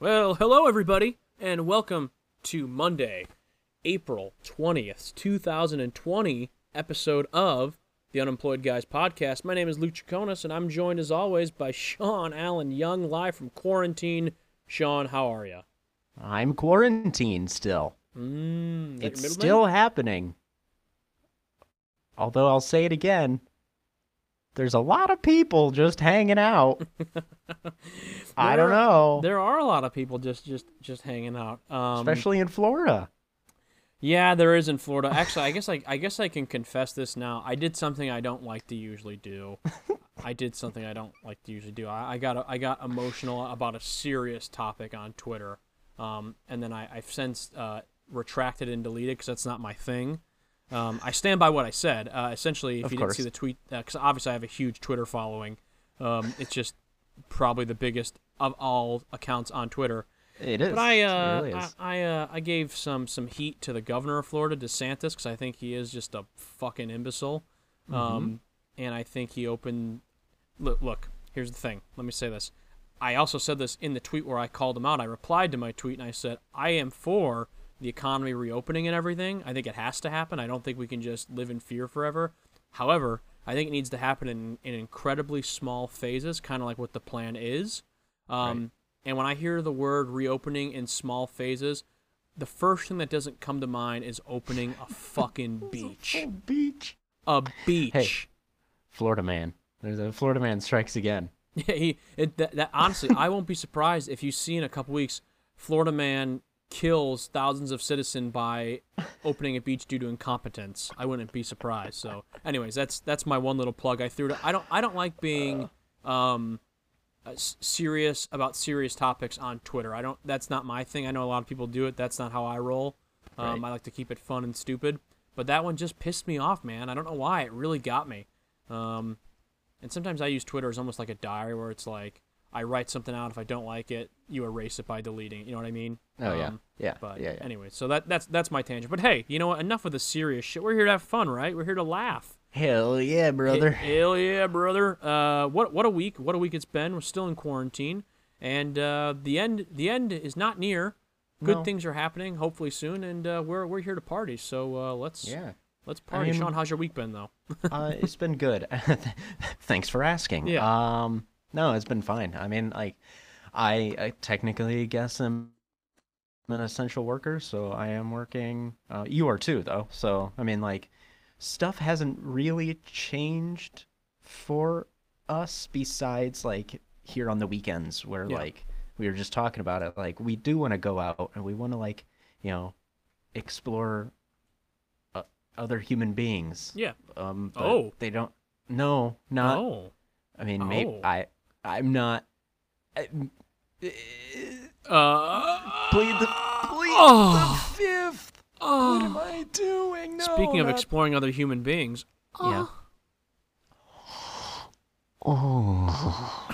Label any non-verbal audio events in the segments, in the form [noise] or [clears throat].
Well, hello everybody, and welcome to Monday, April 20th, 2020 episode of the Unemployed Guys podcast. My name is Luke Chaconis, and I'm joined as always by Sean Allen Young, live from quarantine. Sean, how are you? I'm quarantined still. Mm, is that your It's middle name? still happening. Although I'll say it again, there's a lot of people just [laughs] hanging out. There I don't are- know, There are a lot of people just just just hanging out. Um, especially in Florida. yeah, there is in Florida. Actually, I guess I I guess I can confess this now. I did something I don't like to usually [laughs] do. I did something I don't like to usually do. I, I got I got emotional about a serious topic on Twitter, um, and then I I've since uh, retracted and deleted because that's not my thing. Um, I stand by what I said. Uh, essentially, if Of you didn't course. see the tweet, because obviously I have a huge Twitter following, um, it's just probably the biggest of all accounts on Twitter. It is. But I, uh, it really is. I, I, uh, I gave some some heat to the governor of Florida, DeSantis, because I think he is just a fucking imbecile. Mm-hmm. Um, and I think he opened. Look, look, here's the thing. Let me say this. I also said this in the tweet where I called him out. I replied to my tweet and I said, I am for the economy reopening and everything. I think it has to happen. I don't think we can just live in fear forever. However, I think it needs to happen in, in incredibly small phases, kind of like what the plan is. Um, And when I hear the word reopening in small phases, the first thing that doesn't come to mind is opening a fucking beach. [laughs] Oh, beach. A beach. Florida man. There's a Florida man strikes again. [laughs] Yeah, he, it, that, that, honestly, I won't be surprised if you see in a couple weeks, Florida man kills thousands of citizens by opening a beach due to incompetence. I wouldn't be surprised. So, anyways, that's that's my one little plug I threw. To, I don't I don't like being um, uh, s- serious about serious topics on Twitter. I don't. That's not my thing. I know a lot of people do it. That's not how I roll. Um, I like to keep it fun and stupid. But that one just pissed me off, man. I don't know why. It really got me. Um, and sometimes I use Twitter as almost like a diary where it's like I write something out. If I don't like it, you erase it by deleting. it. You know what I mean? Oh yeah, Um, yeah, But yeah, yeah. anyway, so that that's that's my tangent. But hey, you know what? Enough of the serious shit. We're here to have fun, right? We're here to laugh. Hell yeah, brother. Hell yeah, brother. Uh, what what a week. What a week it's been. We're still in quarantine, and uh, the end the end is not near. Good No. things are happening, hopefully soon, and uh, we're we're here to party. So uh, let's Yeah. let's party. mean- Sean, how's your week been though? uh, it's been good. [laughs] Thanks for asking. Yeah. Um, no, it's been fine. I mean, like, I, I technically guess I'm an essential worker, so I am working. Uh, you are too, though. So I mean, like, stuff hasn't really changed for us besides like here on the weekends where Yeah. like we were just talking about it like we do want to go out and we want to like you know explore uh, other human beings Yeah. um, but Oh. they don't. No, not. oh. I mean, maybe Oh. I. I'm not. I, Uh, plead the, plead Oh. the fifth. What am oh. I doing? No, Speaking of not- exploring other human beings, Yeah. oh. Oh.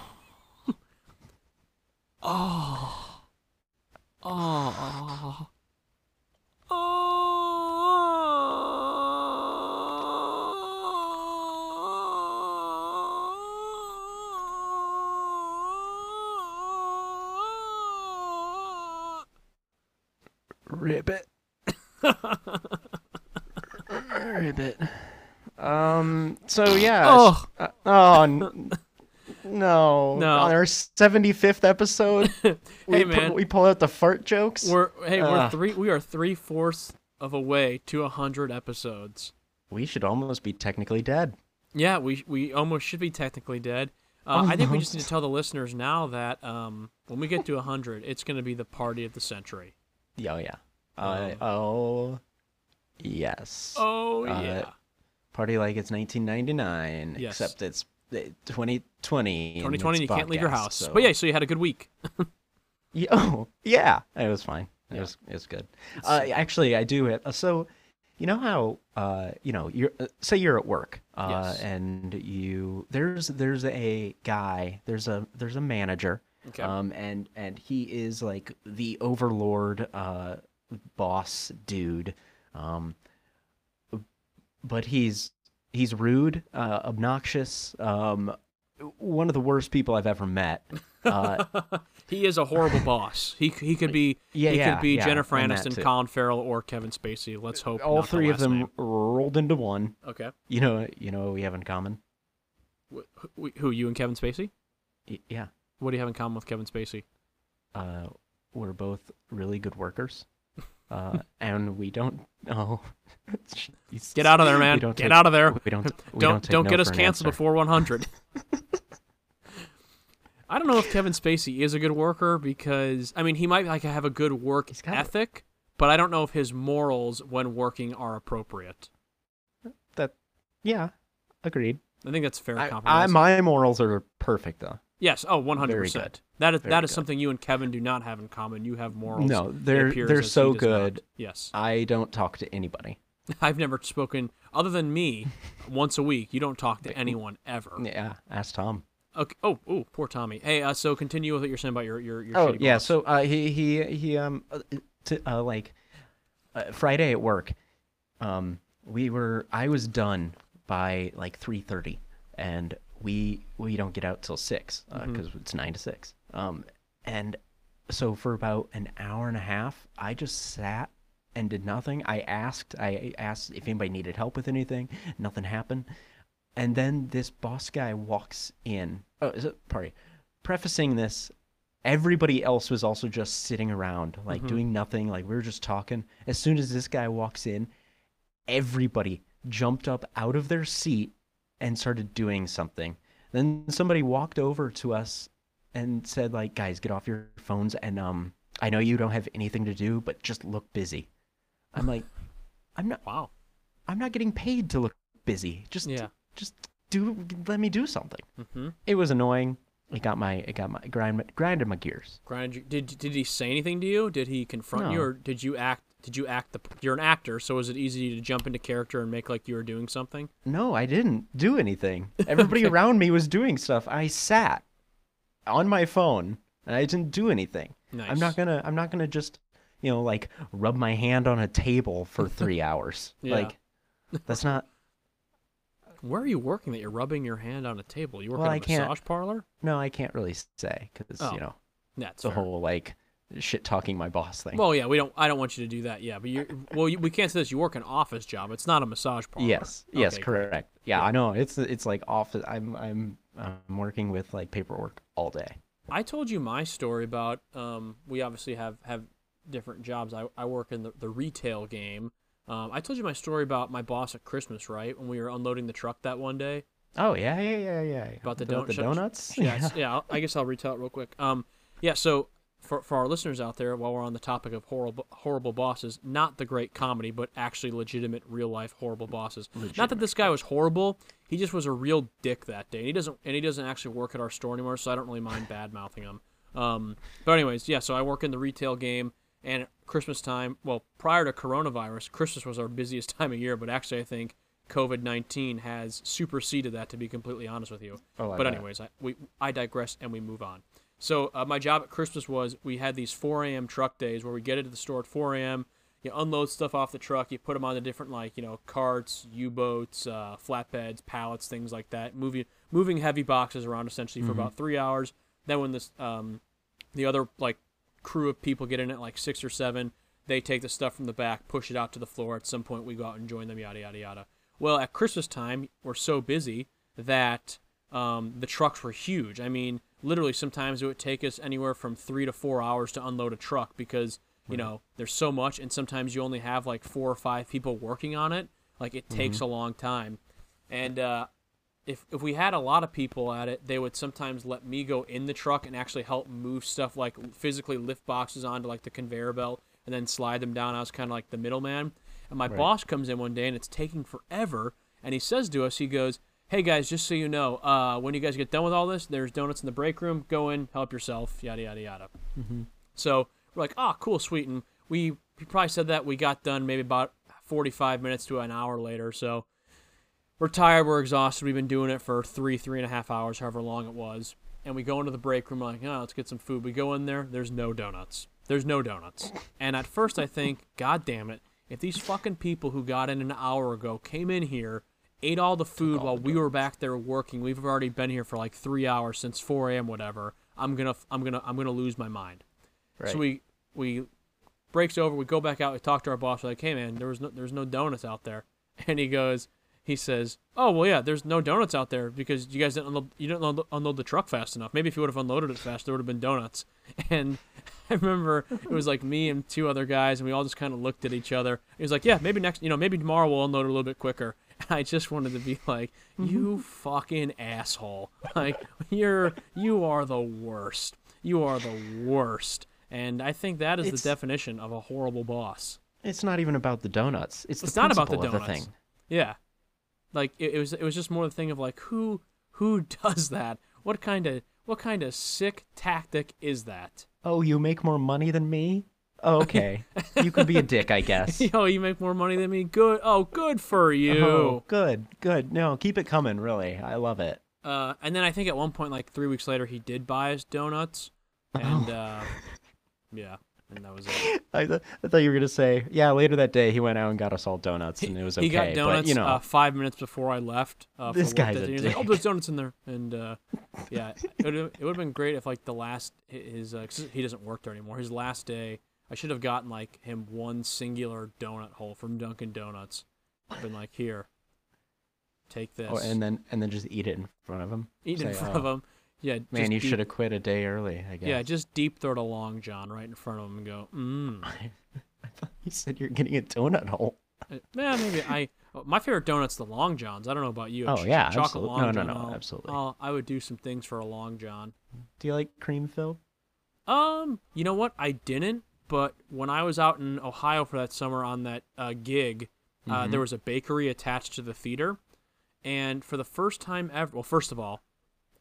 Oh. Oh. Oh. Ribbit. [laughs] Ribbit. Um. So yeah. Oh. uh, oh. n- No. No. On our 75th episode, we, [laughs] Hey, pu- man. we pull out the fart jokes. We're hey, we're Ugh. three. We are three fourths of a way to a hundred episodes. we should almost be technically dead. Yeah, we we almost should be technically dead. Oh, Uh, I think we just need to tell the listeners now that um, when we get to 100, it's going to be the party of the century. Yeah, oh, yeah. Uh, oh, yes. Oh, Uh, yeah. Party like it's 1999, Yes. except it's uh, 2020. and 2020, it's you can't leave your podcast, house. So. But yeah, so you had a good week. [laughs] Yeah, [laughs] Oh, yeah. It was fine. It was it was good. Uh, actually, I do it. uh, So, you know how uh, you know you're uh, say you're at work uh, Yes. and you there's there's a guy there's a there's a manager Okay. um and and he is like the overlord uh boss dude. Um, but he's he's rude, uh, obnoxious, um, one of the worst people I've [laughs] ever met. Uh, he is a [laughs] horrible boss. He he could be Yeah, he yeah, could be yeah, Jennifer and that Aniston, too. Colin Farrell, or Kevin Spacey. Let's hope all not the three of last them name. rolled into one. Okay, You know, you know what we have in common. Wh- who, who you and Kevin Spacey? Y- yeah, What do you have in common with Kevin Spacey? uh, we're both really good workers, [laughs] uh, and we don't. [laughs] Oh, Jesus. Get out of there, We man! don't Get take- out of there! We don't. We don't don't don't, take no get us for an canceled answer. before 100. [laughs] I don't know if Kevin Spacey is a good worker because I mean he might like have a good work He's got a- ethic, but I don't know if his morals when working are appropriate. That. Yeah, agreed. I think that's a fair I, compromise. I, my morals are perfect though. yes, oh 100%. Very good. That is that Very is good. something you and Kevin do not have in common. You have morals. No, It they're- appears they're as he does so not. good. Yes. [laughs] I don't talk to anybody. I've never spoken other than me once a week. You don't talk to anyone ever. Yeah, ask Tom. Okay. Oh, oh, poor Tommy. Hey, uh, so continue with what you're saying about your your, your Oh shitty yeah, boss. so uh, he he he um uh, t- uh, like uh, Friday at work, um we were I was done by like three thirty, and we we don't get out till six Mm-hmm. because it's nine to six. Um and so for about an hour and a half, I just sat and did nothing. I asked I asked if anybody needed help with anything. Nothing happened. And then this boss guy walks in. Oh, is it? Sorry. Prefacing this, everybody else was also just sitting around, like doing nothing. Like we were just talking. As soon as this guy walks in, everybody jumped up out of their seat and started doing something. Then somebody walked over to us and said, like, guys, get off your phones. And um, I know you don't have anything to do, but just look busy. I'm like, I'm not. Wow. I'm not getting paid to look busy. Just Yeah. just do let me do something. Mm-hmm. It was annoying. It got my it got my grind grinded my gears. Grind. you- Did did he say anything to you? Did he confront you, No. or did you act? Did you act the? You're an actor, so is it easy to jump into character and make like you were doing something? No, I didn't [laughs] do anything. Everybody around me was doing stuff. I sat on my phone and I didn't do anything. I'm Nice. not gonna I'm not gonna just you know like rub my hand on a table [laughs] for three hours. Yeah. Like [laughs] that's not Where are you working that you're rubbing your hand on a table? You work Well, at a I can't- massage parlor? no. I can't really say because Oh, you know That's it's a fair. whole like shit talking my boss thing. Well, yeah, we don't. I don't want you to do that. Yeah, but you. Well, you, we can't say this. You work an office job. It's not a massage parlor. Yes. Yes. Okay, great. correct. Yeah, I know. It's it's like office. I'm I'm I'm working with like paperwork all day. I told you my story about um, we obviously have have different jobs. I, I work in the, the retail game. Um, I told you my story about my boss at Christmas, right? When we were unloading the truck that one day. Oh yeah, yeah, yeah, yeah. About the About don- shut- donuts. [laughs] Yeah, [laughs] it's- yeah. I'll- I guess I'll retell it real quick. Um, yeah. So for for our listeners out there, while we're on the topic of horrible horrible bosses, not the great comedy, but actually legitimate real life horrible bosses. Not that this guy was horrible. He just was a real dick that day, and he doesn't and he doesn't actually work at our store anymore, so I don't really mind bad mouthing him. Um, but anyways, yeah. So I work in the retail game, and at Christmas time. Well, prior to coronavirus, Christmas was our busiest [laughs] time of year. But actually, I think COVID nineteen has superseded that. To be completely honest with you Oh, I but bet. anyways, I, we I digress and we move on. So uh, my job at Christmas was we had these 4 a.m. truck days where we get into the store at 4 a.m. You unload stuff off the truck, you put them on the different like you know carts, U-boats, uh, flatbeds, pallets, things like that. Moving moving heavy boxes around essentially for about three hours. Then when this um, the other like crew of people get in at like six or seven. They take the stuff from the back, push it out to the floor. At some point, we go out and join them. Yada yada yada. Well, at Christmas time, we're so busy that um, the trucks were huge. I mean, literally, sometimes it would take us anywhere from three to four hours to unload a truck because you know there's so much, and sometimes you only have like four or five people working on it. Like it takes a long time, and uh, if if we had a lot of people at it, they would sometimes let me go in the truck and actually help move stuff like physically lift boxes onto like the conveyor belt and then slide them down. I was kind of like the middleman. And my boss comes in one day and it's taking forever. And he says to us, he goes, "Hey guys, just so you know, uh, when you guys get done with all this, there's donuts in the break room. Go in, help yourself, yada yada yada." So we're like, oh, cool, sweet. And we, he probably said that we got done maybe about 45 minutes to an hour later. So we're tired, we're exhausted. We've been doing it for three, three and a half hours, however long it was. And we go into the break room, like, oh, let's get some food. We go in there, there's no donuts. There's no donuts. And at first I think, God damn it, if these fucking people who got in an hour ago came in here, ate all the food all while the we were back there working, we've already been here for like three hours since 4 a.m. Whatever. I'm gonna, I'm gonna, I'm gonna lose my mind. Right. So we we breaks over. We go back out. We talk to our boss. We're like, hey man, there was no there's no donuts out there. [laughs] And he goes, he says, oh well yeah, there's no donuts out there because you guys didn't unload, you didn't unlo- unload the truck fast enough. Maybe if you would have unloaded it fast, there would have been donuts. [laughs] And I remember it was like me and two other guys, and we all just kind of looked at each other. He was like, yeah, maybe next, you know, maybe tomorrow we'll unload it a little bit quicker. [laughs] And I just wanted to be like, you fucking asshole. [laughs] Like you're you are the worst. You are the worst. And I think that is It's- the definition of a horrible boss. It's not even about the donuts. It's, It's the not about the principle donuts. of the thing. Yeah. Like it, it was it was just more the thing of like who who [laughs] does that? What kind of what kind of sick tactic is that? [laughs] Oh, you make more money than me? Oh, okay. you can be a dick, I guess. Yo, [laughs] you make more money than me. Good. Oh, good for you. Oh, good, good. No, keep it coming, really. I love it. Uh, and then I think at one point, like three weeks later, he did buy us donuts, and uh, yeah, and that was it. I, th- I thought you were going to say, yeah, later that day he went out and got us all donuts and it was okay. he got donuts but, you know, uh, five minutes before I left. Uh, for This work guy's that day. a He was like, "Oh, dick." there's donuts in there," and uh, yeah, it would it would have been great if like the last hi- his uh 'cause he doesn't work there anymore. His last day, I should have gotten like him one singular donut hole from Dunkin' Donuts. Been like, here, take this, oh, and then and then just eat it in front of him. eat it in say, front "Oh, of him. Yeah, Man, just you eat- should have quit a day early, I guess. Yeah, just deep throat a long john right in front of him and go, mmm. [laughs] I thought you said you're getting a donut hole. Uh, Yeah, maybe I. oh, My favorite donut's the long johns. I don't know about you. Oh, yeah, chocolate absolute- long no, no, john. no, I'll- absolutely. I'll- I would do some things for a long john. Do you like cream fill? Um, you know what? I didn't, but when I was out in Ohio for that summer on that uh, gig, uh, Mm-hmm. there was a bakery attached to the theater, and for the first time ever, well, first of all,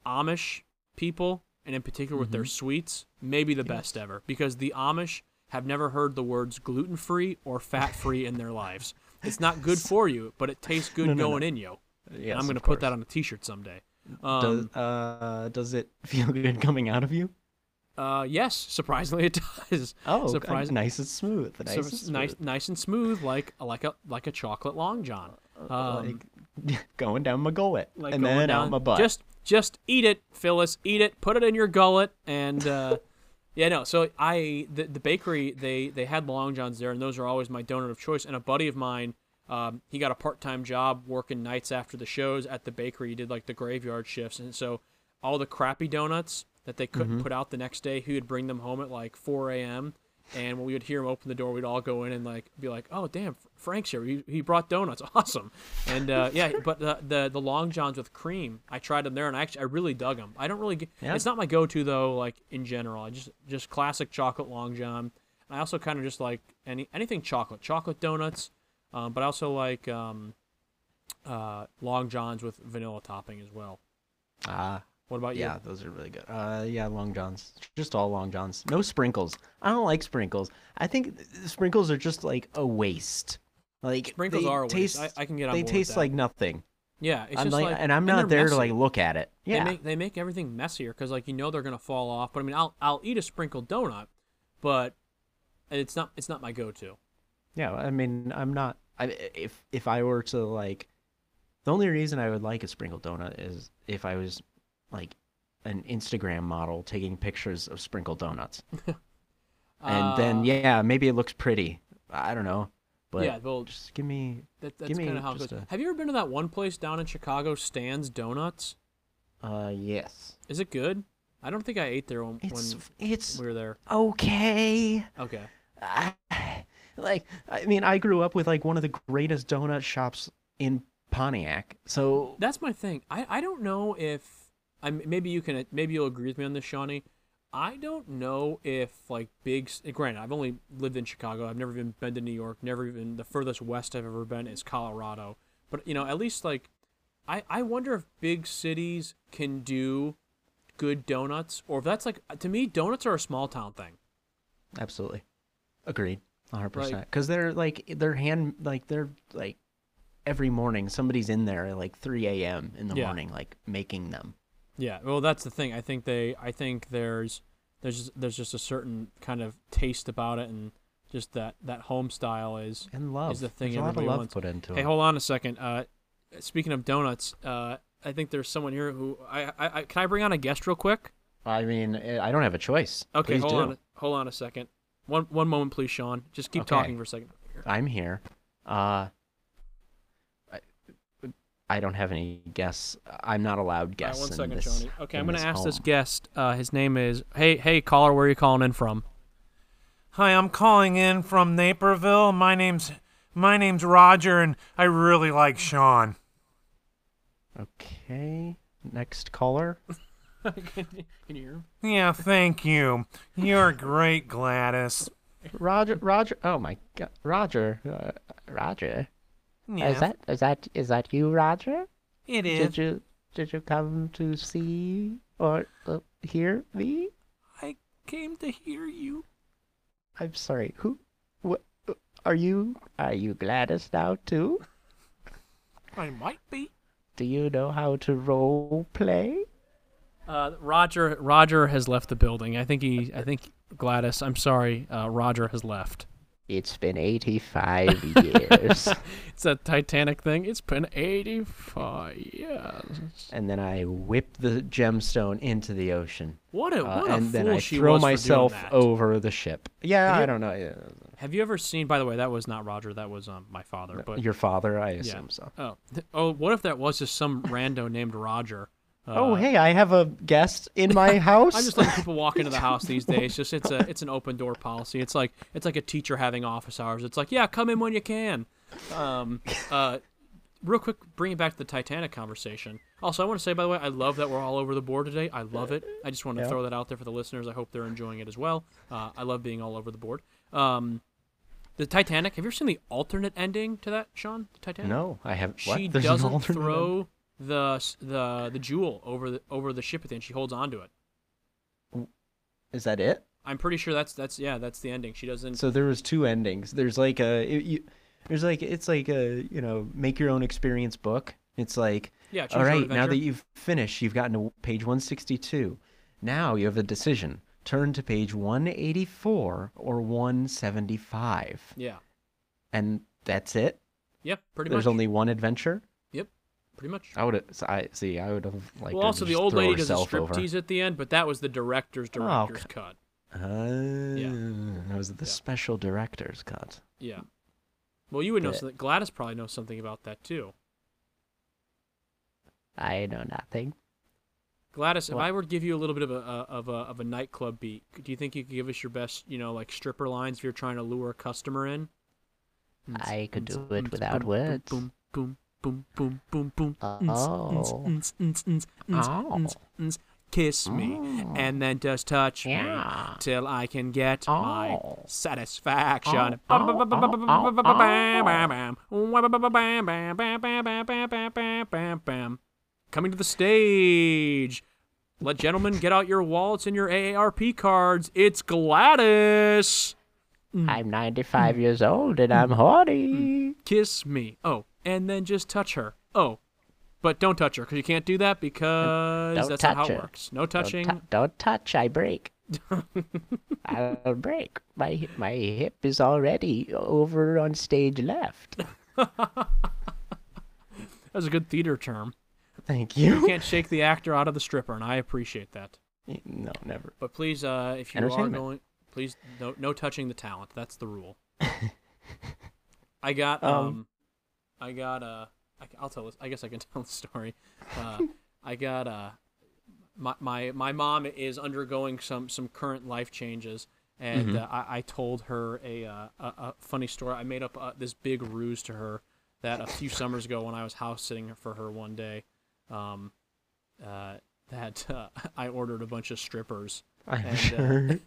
Amish people, and in particular with their Mm-hmm. sweets, maybe the best ever because the Amish have never heard the words gluten free or fat free in their lives. It's not [laughs] good for you, but it tastes good No, no, going in you. Yeah, and I'm going to put that on a T-shirt someday. Um, Does, uh, does it feel good coming out of you? uh, yes, [laughs] surprisingly it does. Oh, Surprise- surprise! Nice and smooth. Nice, so and it's smooth. nice, nice and smooth, like like a like a chocolate long john. Um, Uh, like [laughs] going down my gullet, like and going then down, out my butt. Just just eat it, Phyllis. Eat it. Put it in your gullet, and [laughs] uh, yeah, no. So I the, the bakery they they had long johns there, and those are always my donut of choice. And a buddy of mine. Um, he got a part-time job working nights after the shows at the bakery. He did like the graveyard shifts, and so all the crappy donuts that they couldn't put out the next day, he would bring them home at like 4 a.m. And when we would hear him open the door, we'd all go in and like be like, "Oh, damn, F- Frank's here. He, he brought donuts. [laughs] Awesome!" And uh, yeah, but the, the the long johns with cream, I tried them there, and I actually I really dug them. I don't really. Get, Yeah. It's not my go-to though. Like in general, I just just classic chocolate long john. I also kind of just like any anything chocolate, chocolate donuts, um, but I also like um, uh, long johns with vanilla topping as well. ah, What about you? yeah, those are really good. Uh, yeah, long johns, just all long johns, no sprinkles. I don't like sprinkles. I think sprinkles are just like a waste. Like Sprinkles they are a waste. Taste, I- I can get on They board with taste that. like nothing. Yeah, it's I'm just like, like, and I'm not they're there to like messy. look at it. Yeah, They make they make everything messier because like you know they're gonna fall off. But I mean, I'll I'll eat a sprinkled donut, but it's not it's not my go-to. yeah. I mean, I'm not. I if if I were to like, the only reason I would like a sprinkled donut is if I was like an Instagram model taking pictures of sprinkled donuts. and Uh, then yeah, maybe it looks pretty. I don't know, but yeah, well, just give me. that, that's give me kind of how it goes. just a- Have you ever been to that one place down in Chicago, Stan's Donuts? Uh, yes, Is it good? I don't think I ate there when, it's when it's we were there. okay. Okay. I- [sighs] like I mean, I grew up with like one of the greatest donut shops in Pontiac, so That's my thing. I, I don't know if I m- maybe you can maybe you'll agree with me on this, Shawnee. I don't know if like big. c- Granted, I've only lived in Chicago. I've never even been to New York. Never even the furthest west I've ever been is Colorado. But you know, at least like I I wonder if big cities can do good donuts, or if that's like to me donuts are a small town thing. absolutely agreed, one hundred percent. Because they're like they're hand like they're like every morning somebody's in there at like three a.m. in the Yeah. morning like making them. Yeah, well, that's the thing. I think they, I think there's there's just, there's just a certain kind of taste about it, and just that that home style is. And love. Is the thing There's a lot of everybody love wants. put into Hey, it. hold on a second. Uh, speaking of donuts, uh, I think there's someone here who I, I, I can I bring on a guest real quick. I mean, eh, I don't have a choice. Okay, Please hold do. on, hold on a second. One one moment, please, Sean. Just keep Okay. talking for a second. I'm here. Uh, I, I don't have any guests. I'm not allowed All right, guests. one in second, this- Johnny. Okay, I'm in gonna ask this home. guest. Uh, his name is Hey Hey caller, where are you calling in from? Hi, I'm calling in from Naperville. My name's my name's Roger, and I really like Sean. Okay, next caller. [laughs] can you hear him? Yeah, thank you. You're great, Gladys. Roger, Roger. Oh my God, Roger, uh, Roger. Yeah, Oh, Is that is that is that you, Roger? it Did is. you did you come to see or uh, hear me? I came to hear you. I'm sorry. Who? What? Are you are you Gladys now too? I might be. Do you know how to role play? Uh, Roger Roger has left the building. I think he I think Gladys. I'm sorry, uh, Roger has left. It's been 85 [laughs] years. It's a Titanic thing. It's been 85 years. and then I whip the gemstone into the ocean. What a Uh, what a and fool then I she throw was myself for doing that. over the ship. Yeah, Have you- I don't know. yeah, Have you ever seen? By the way, that was not Roger. That was um, my father. But Uh, Your father, I yeah. assume so. Oh, th- oh, what if that was just some rando named Roger? Uh, oh, hey, I have a guest [laughs] in my house. I'm just letting people walk into the [laughs] house these days. Just it's a it's an open door policy. It's like it's like a teacher having office hours. It's like yeah, come in when you can. Um, uh, real quick, bring it back to the Titanic conversation. Also, I want to say by the way, I love that we're all over the board today. I love it. I just want to Yeah. throw that out there for the listeners. I hope they're enjoying it as well. Uh, I love being all over the board. Um, the Titanic. Have you ever seen the alternate ending to that, Sean? The Titanic. No, I have. What? She There's an doesn't alternate end? throw the s- the the jewel over the over the ship at the end. She holds onto it. Is that it? I'm pretty sure that's that's yeah, that's the ending. She doesn't. So there was two endings. There's like a. it- you, there's like it's like a you know make your own experience book. It's like Yeah, choose all your own right now adventure. that you've finished, you've gotten to page 162. Now you have a decision. Turn to page 184 or 175, yeah. and that's it. Yep. Pretty there's much. only one adventure. Yep. Pretty much. I would I see. I would have like. well, also the old lady does a striptease over. Oh, tease at the end, but that was the director's director's c- cut. Uh, Yeah. It was the Oh. Yeah. special director's cut. Yeah. Well, you would know The- something. Gladys probably knows something about that too. I know nothing. Gladys, What? if I were to give you a little bit of a, a of a of a nightclub beat, do you think you could give us your best, you know, like stripper lines if you're trying to lure a customer in? I could do it Boom, without boom, words. Boom, boom, boom, boom, boom, boom. Oh. Oh. Kiss me and then just touch Oh. Yeah. me till I can get my Oh. satisfaction. Oh, oh, oh, oh, oh. Coming to the stage. Let gentlemen get out your wallets and your AARP cards. It's Gladys. Mm. I'm 95 years old and I'm horny. kiss me. Oh, and then just touch her. Oh, but don't touch her because you can't do that because Don't that's not how touch it her. works. No Don't touching. tou- Don't touch, I [laughs] break. I'll break. My hi- my hip is already over on stage left. That's a good theater term. Thank You you. can't shake the actor out of the stripper, and I appreciate that. No, never. But please, uh, if you are Entertainment. going, please no no touching the talent. That's the rule. I got um, Um, I got uh, I, will tell this. I guess I can [laughs] tell the story. [laughs] Uh, I got uh, my my my mom is undergoing some some current life changes, and Mm-hmm. uh, I, I told her a, uh, a a funny story. I made up uh, this big ruse to her that a few summers ago when I was house sitting for her one day, um, uh, that [laughs] uh, I ordered a bunch of strippers [laughs] I'm And, uh, [laughs] sure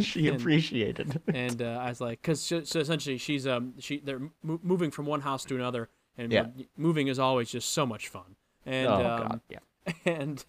she and- appreciated. and uh, I was like, because so essentially she's um she they're mo- moving from one house to another, and Yeah. moving is always just so much fun. And oh um, God, yeah. [laughs] and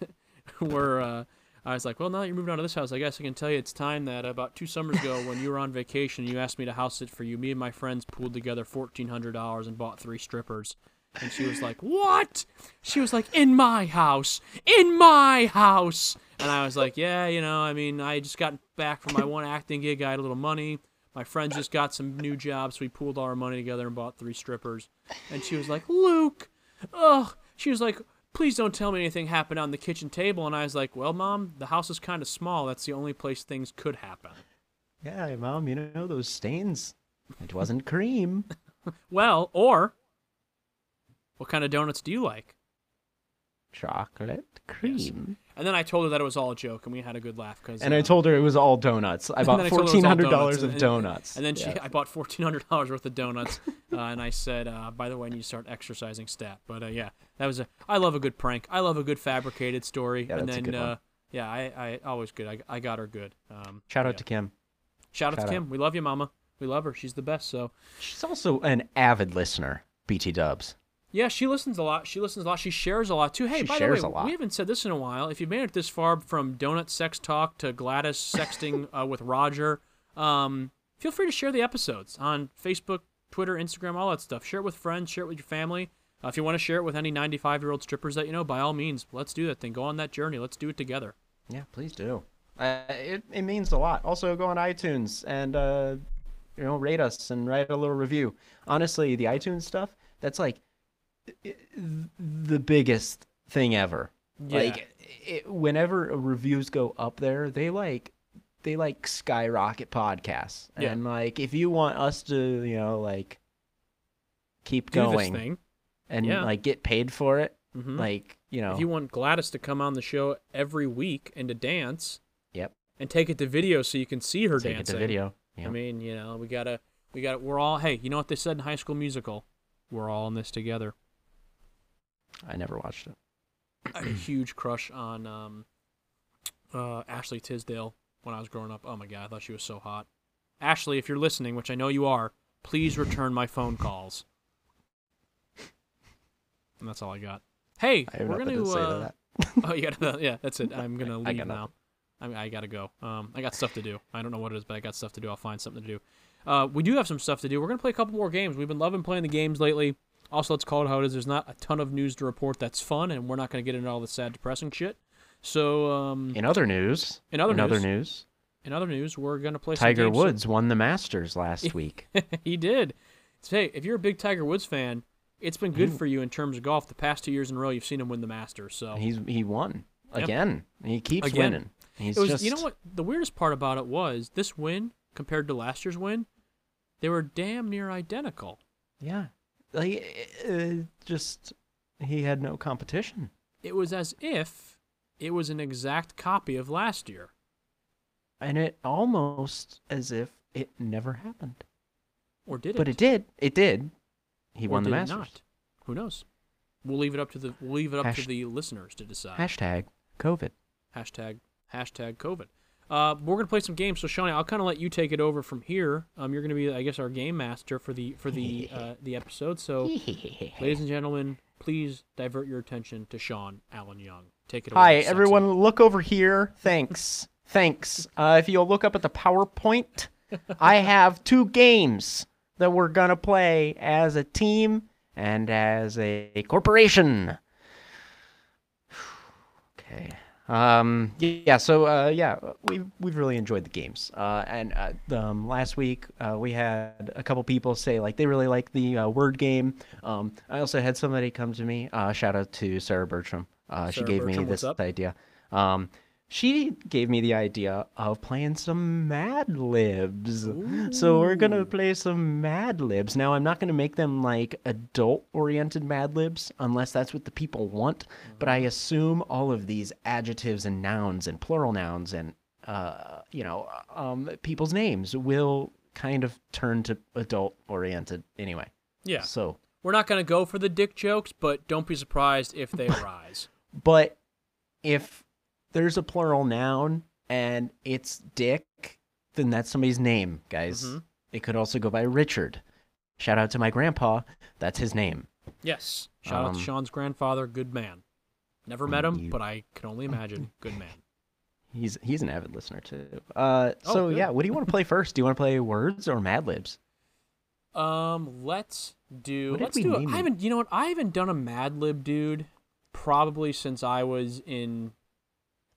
we're uh, I was like, well, now that you're moving out of this house, I guess I can tell you it's time that about two summers ago, when you were on vacation, you asked me to house sit for you. Me and my friends pooled together fourteen hundred dollars and bought three strippers, And she was like, What? She was like, In my house. In my house. And I was like, Yeah, you know, I mean, I just got back from my one acting gig. I had a little money. My friend just got some new jobs. So we pooled all our money together and bought three strippers. And she was like, Luke. Ugh. She was like, Please don't tell me anything happened on the kitchen table. And I was like, Well, mom, the house is kind of small. That's the only place things could happen. Yeah, mom, you know those stains. It wasn't cream. Well, or what kind of donuts do you like? Chocolate cream. And then I told her that it was all a joke, and we had a good laugh. Cause, And uh, I told her it was all donuts. I [laughs] and bought then told her it was fourteen all hundred dollars and- of donuts. And, and then she, Yeah. I bought fourteen hundred dollars worth of donuts, uh, and I said, uh, "By the way, I need to start exercising, stat." But uh, yeah, that was a. I love a good prank. I love a good fabricated story. Yeah, and that's a then, good one. uh, yeah, I, I always good. I, I got her good. Um, Shout out yeah. to Kim. shout out to shout out. Kim. We love you, Mama. We love her. She's the best. So She's also an avid listener. BT Dubs. Yeah, she listens a lot. She listens a lot. She shares a lot too. Hey, She by shares the a way, lot. we haven't said this in a while. If you made it this far from donut sex talk to Gladys [laughs] sexting uh, with Roger, um, feel free to share the episodes on Facebook, Twitter, Instagram, all that stuff. Share it with friends. Share it with your family. Uh, if you want to share it with any 95 year old strippers that you know, by all means, let's do that thing. Go on that journey. Let's do it together. Yeah, please do. Uh, it it means a lot. Also, go on iTunes and uh, you know rate us and write a little review. Honestly, the iTunes stuff that's like th- the biggest thing ever. Yeah. Like it, whenever reviews go up there, they like they like skyrocket podcasts. Yeah. And like if you want us to, you know, like keep Do going this thing. and yeah. like get paid for it, Mhm. like, you know, If you want Gladys to come on the show every week and to dance yep. and take it to video so you can see her Take it dancing. to video. Yeah. I mean, you know, we gotta, we gotta, we're all, hey, you know what they said in High School Musical? We're all in this together. [clears throat] I never watched it. I had a huge crush on um, uh, Ashley Tisdale when I was growing up. Oh my God, I thought she was so hot. Ashley, if you're listening, which I know you are, please return my phone calls. And that's all I got. Hey, I have we're nothing gonna. to say uh, to that. oh, you gotta, [laughs] yeah, that's it. I'm gonna I leave got now. I, I gotta go. Um, I got stuff to do. I don't know what it is, but I got stuff to do. I'll find something to do. Uh, we do have some stuff to do. We're gonna play a couple more games. We've been loving playing the games lately. Also, let's call it how it is. There's not a ton of news to report that's fun, and we're not gonna get into all the sad, depressing shit. So, um, In other news, In other news, news, in other news, we're gonna play some Tiger games. Woods won the Masters last week. [laughs] he did. So, hey, if you're a big Tiger Woods fan, it's been good for you in terms of golf. The past two years in a row, you've seen him win the Masters. So He's he won again. He keeps Oh. Again. winning. He's it was just you know what the weirdest part about it was this win compared to last year's win they were damn near identical Yeah, like uh, just he had no competition. it was as if it was an exact copy of last year and it almost as if it never happened. or did it But it did. It did. He Or won the did it Masters. not? who knows we'll leave it up to the we'll leave it up Hash- to the listeners to decide Hashtag COVID. hashtag hashtag covid uh, we're gonna play some games, so Shawnee, I'll kind of let you take it over from here. Um, you're gonna be, I guess, our game master for the for [laughs] the uh, the episode. [laughs] So, ladies and gentlemen, please divert your attention to Sean Allen Young. Take it away. Hi sexy. everyone, look over here. [laughs] Thanks. Thanks. Uh, if you'll look up at the PowerPoint, I have two games that we're gonna play as a team and as a corporation. Okay. Um. Yeah. So. Uh. Yeah. We've we've really enjoyed the games. Uh. And uh, um. Last week, uh, we had a couple people say like they really like the uh, word game. Um. I also had somebody come to me. Uh. Shout out to Sarah Bertram. Uh. she Sarah gave Bertram, me what's this up? idea. Um. She gave me the idea of playing some Mad Libs. So we're gonna play some Mad Libs. Now I'm not gonna make them like adult-oriented Mad Libs unless that's what the people want. But I assume all of these adjectives and nouns and plural nouns and uh, you know um, people's names will kind of turn to adult-oriented anyway. Yeah. So, We're not going to go for the dick jokes, but don't be surprised if [laughs] they arise. but if there's a plural noun and it's Dick, then that's somebody's name, guys. Mhm. It could also go by Richard. Shout out to my grandpa. That's his name. Yes. Shout out to Um, Sean's grandfather, good man. Never met Mm, him, you- but I can [laughs] only imagine, good man. He's he's an avid listener too. Uh, Oh, so good. yeah, what do you want to play first? Do you want to play words or Mad Libs? Um, let's do. What did let's we do. a- name I it? haven't. You know what? I haven't done a Mad Lib, dude. Probably since I was in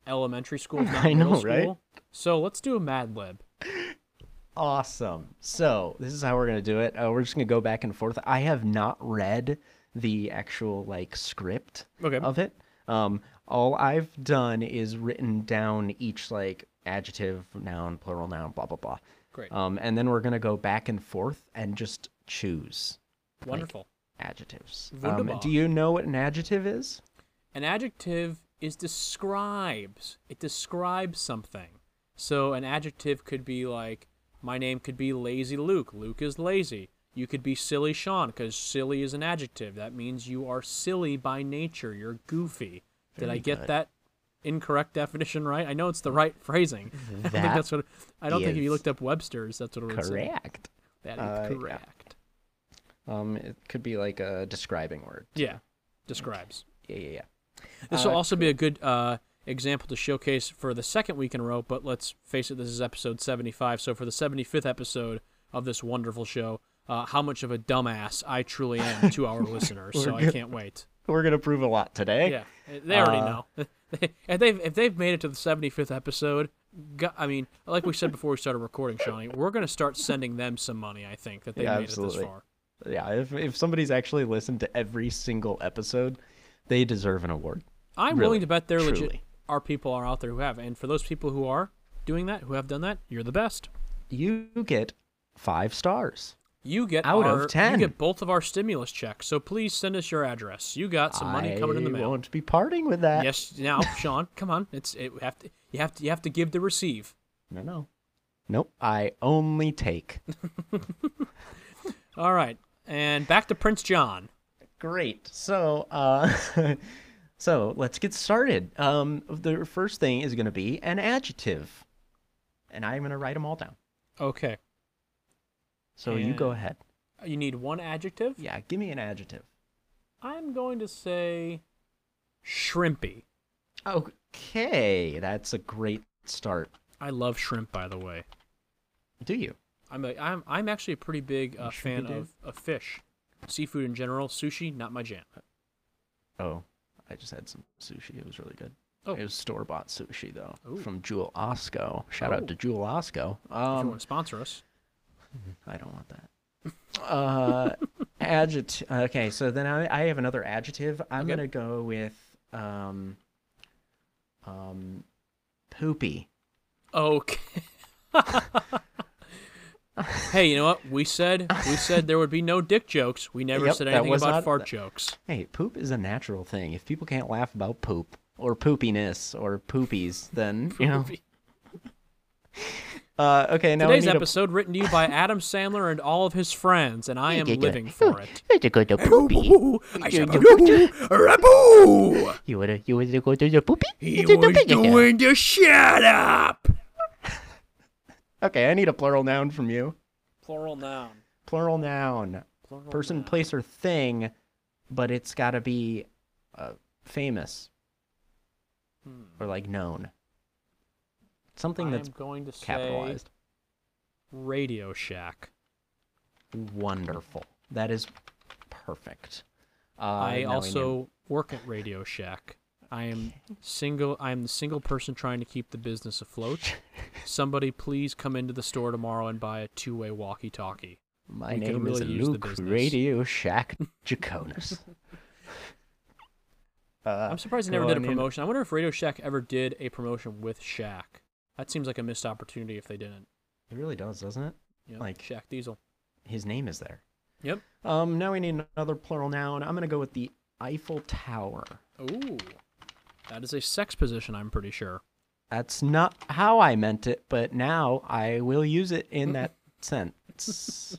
elementary school. [laughs] if not I middle know, right? school. So let's do a Mad Lib. Awesome. So this is how we're gonna do it. Uh, we're just gonna go back and forth. I have not read the actual like script Okay. of it. Um, all I've done is written down each like adjective, noun, plural noun, blah blah blah. Great. Um, and then we're gonna go back and forth and just choose Wonderful. adjectives. Um, Wunderbar. do you know what an adjective is? An adjective is describes. It describes something. So an adjective could be like, my name could be Lazy Luke. Luke is lazy. You could be Silly Sean because silly is an adjective. That means you are silly by nature. You're goofy. Did I Very get good. that incorrect definition right? I know it's the right phrasing. [laughs] I don't think That that's what. I don't think if you is looked up Webster's, that's what it would say. Correct. That is Uh, yeah. correct. Um, it could be like a describing word. Yeah, describes. Yeah, yeah, yeah. This will Uh, also be a good uh, example to showcase for the second week in a row, but let's face it, this is episode 75. So, for the 75th episode of this wonderful show, uh, how much of a dumbass I truly am to [laughs] our listeners. So, I can't wait. We're gonna prove a lot today. Yeah, they already Uh, know. [laughs] if, they've, if they've made it to the 75th episode, go- I mean, like we said before we started recording, Shawnee, we're going to start sending them some money, I think, that they Yeah, made it absolutely. this far. Yeah, if if somebody's actually listened to every single episode, they deserve an award. I'm Really, willing to bet there legit truly. are people are out there who have. And for those people who are doing that, who have done that, you're the best. You get five stars. You get Out of our- 10. You get both of our stimulus checks. So please send us your address. You got some money coming in the I mail. won't be parting with that. Yes, [laughs] now Sean, come on. It's it we have to you have to you have to give to receive. No, no. Nope. I [laughs] only take. All right, and back to Prince John. Great. So, uh, [laughs] so let's get started. Um, the first thing is going to be an adjective, and I'm going to write them all down. Okay, So you go ahead. you need one adjective. Yeah, give me an adjective. I'm going to say shrimpy. Okay, that's a great start. I love shrimp, by the way. Do you? I'm a, I'm I'm actually a pretty big uh, You fan shrimpy dude? of, of fish, seafood in general. Sushi, not my jam. Oh, I just had some sushi. It was really good. Oh. It was store bought sushi though, Ooh. from Jewel Osco. Shout Oh. out to Jewel Osco. if you Um, want to sponsor us, I don't want that. [laughs] Uh, adjective. Okay, so then I, I have another adjective. I'm Okay. gonna go with um, um, poopy. Okay. hey, you know what? We said we said there would be no dick jokes. We never Yep, said that anything was about not- fart jokes. Hey, poop is a natural thing. If people can't laugh about poop or poopiness or poopies, then you know. [laughs] Uh, okay, now Today's we need episode written to you by Adam Sandler and all of his friends, and I am living for it. You want to go to poopy? I You said, want to go to- "Rabu! you wanna- you want to go to the poopy? He To the was poopy. doing the shut up. a okay. I need a plural noun from you. Plural noun. Plural noun. Plural person, noun. place, or thing, but it's got to be uh, famous Hmm. or like known. Something that's I'm going to say capitalized. Radio Shack. Wonderful. That is perfect. Uh, I now we need- also work at Radio Shack. I am single. I am the single person trying to keep the business [laughs] afloat. Somebody, please come into the store tomorrow and buy a two-way walkie-talkie. my we could name is really use the Luke business. Radio Shack [laughs] Jaconis. uh, I'm surprised they never go did a on in. promotion. I wonder if Radio Shack ever did a promotion with Shack. That seems like a missed opportunity if they didn't. It really does, doesn't it? You know, Like- Shack Diesel. His name is there. Yep. Um, now we need another plural noun. I'm gonna go with the Eiffel Tower. Ooh, that is a sex position. I'm pretty sure. That's not how I meant it, but now I will use it [laughs] in that sense.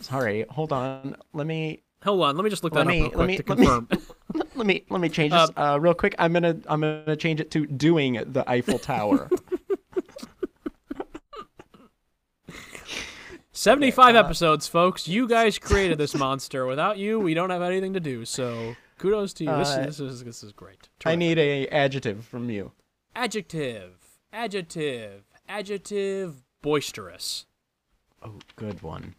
Sorry, hold on. Let me Hold on, let me just look that Let up me- real quick let me- to let me- confirm. let me let me change this uh, real quick. I'm gonna I'm gonna change it to doing the [laughs] Eiffel Tower. 75 episodes, folks. [laughs] You guys created this monster. Without you, we don't have anything to do. So, kudos to you. This, Uh, is, this is this is great. I Terrific. need a adjective from you. adjective, adjective, adjective, boisterous. Oh, good one.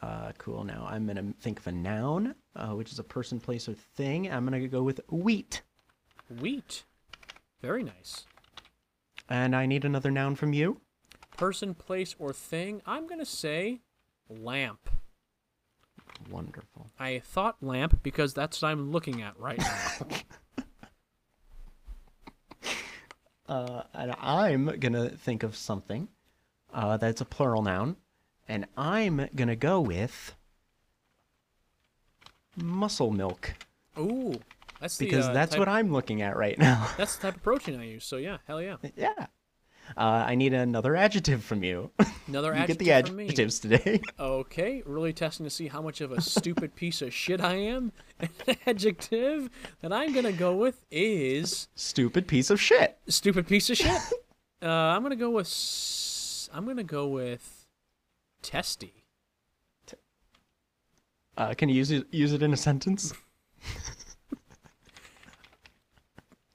Uh, cool. Now I'm gonna think of a noun, uh, which is a person, place, or thing. I'm gonna go with wheat, Wheat. Very nice. and I need another noun from you. Person, place, or thing. I'm gonna say lamp. Wonderful. I thought lamp because that's what I'm looking at right now. [laughs] Uh, and I'm gonna think of something uh, that's a plural noun, and I'm gonna go with muscle milk Ooh, that's the, because uh, that's type- what I'm looking at right now. [laughs] that's the type of protein I use. So yeah, hell yeah. yeah. Uh, I need another adjective from you. Another [laughs] you get adjective the from me. adjectives today. Okay, really testing to see how much of a stupid piece of shit I am. [laughs] An adjective that I'm gonna go with is Stupid piece of shit. stupid piece of shit. Uh, I'm gonna go with s- I'm gonna go with testy. Uh, can you use it, use it in a sentence?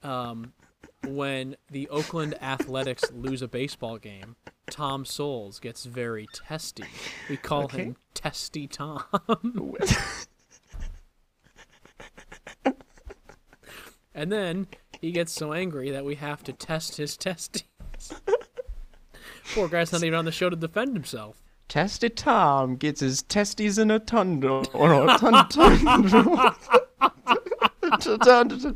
Um, when the Oakland Athletics lose a baseball game, Tom Souls gets very testy. We call Okay. him Testy Tom. [laughs] And then he gets so angry that we have to test his testes. Poor guy's not even on the show to defend himself. Testy Tom gets his testes in a tundra or a [laughs] tun- tundra. Tundra.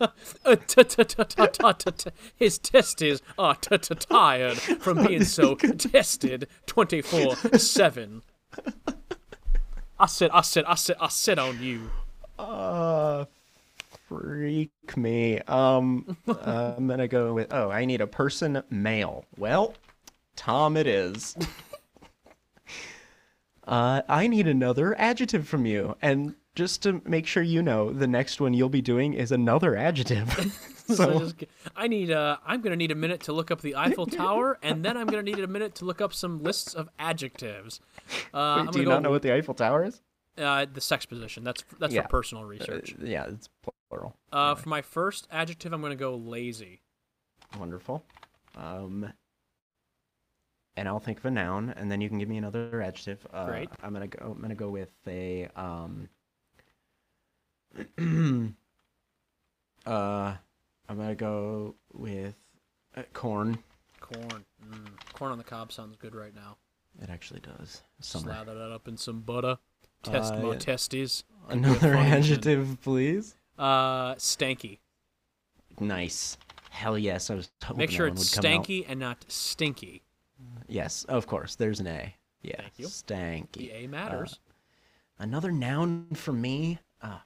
Uh, ta- ta- ta- ta- ta- ta- ta- His testes are ta- ta- tired from being [laughs] so tested 24 7. I said, I said, I said, I said on you. uh, freak me. Um, uh, I'm gonna go with. Oh, I need a person, male. Well, Tom, it is. [laughs] uh, I need another adjective from you, and just to make sure you know, the next one you'll be doing is another adjective. [laughs] So just g- I need, uh, I'm going to need a minute to look up the Eiffel Tower, and then I'm going to need a minute to look up some lists of adjectives. Uh, I'm Wait, do gonna you go not know what the Eiffel Tower is? Uh, the sex position. That's that's Yeah. for personal Uh, research. yeah, it's plural. Uh, for my first adjective, I'm gonna go lazy. Wonderful. Um, and I'll think of a noun, and then you can give me another adjective. Uh, Great. I'm gonna go. I'm gonna go with a um. [clears throat] uh, I'm gonna go with uh, corn. Corn. Mm, corn on the cob sounds good right now. It actually does. Summer. Slather that up in some butter. Test my Uh, testes. Could be a [laughs] Another funny one. adjective, please. Uh, stanky. Nice. Hell yes. I was hoping Make that sure one it's would come out. stanky and not stinky. Yes, of course. There's an A. Yeah. Thank you. Stanky. The A matters. Uh. another noun for me uh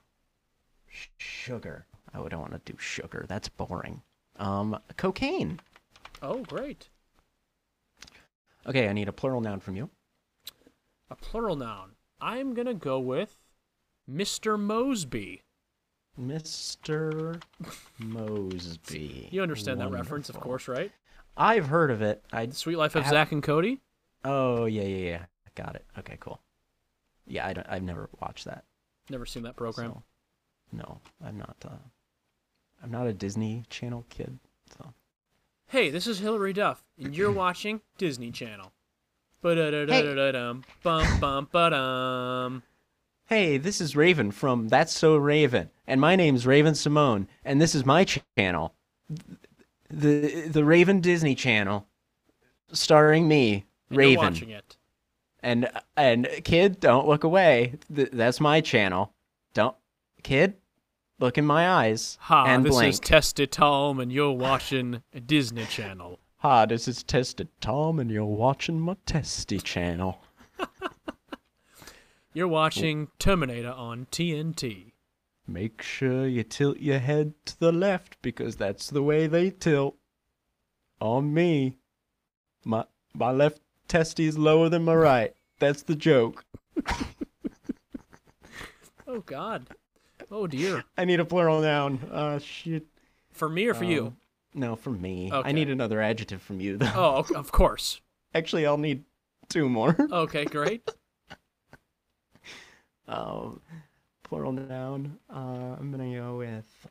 sh- sugar Oh, i would- don't want to do sugar that's boring um cocaine oh, great. okay i need a plural noun from you A plural noun. I'm gonna go with Mr. Mosby. mr mosby You understand that reference, of Wonderful. course, right? i've heard of it i The Sweet Life of I- Zack and Cody. oh yeah yeah yeah got it okay cool yeah i don't i've never watched that Never seen that program. so- no i'm not uh i'm not a disney channel kid so Hey, this is Hillary Duff, and [clears throat] you're watching Disney Channel. Ba-da-da-da-da-dum, bum bum ba-dum. Hey, this is Raven from That's So Raven, and my name's Raven Simone, and this is my ch- channel, the the Raven Disney Channel, starring me, And You're Raven. watching it. And and kid, don't look away. Th- that's my channel. Don't, kid, look in my eyes Ha, and this blink. is Tested Tom, and you're watching Disney Channel. ha, this is Tested Tom, and you're watching my Testy channel. You're watching Terminator on TNT. Make sure you tilt your head to the left because that's the way they tilt. On me. My my left testes lower than my right. That's the joke. Oh, God. Oh, dear. I need a plural noun. Uh shit. For me or for Um, you? No, for me. Okay. I need another adjective from you though. Oh, of- of course. Actually, I'll need two more. [laughs] Okay, great. Um plural noun. Uh I'm going to go with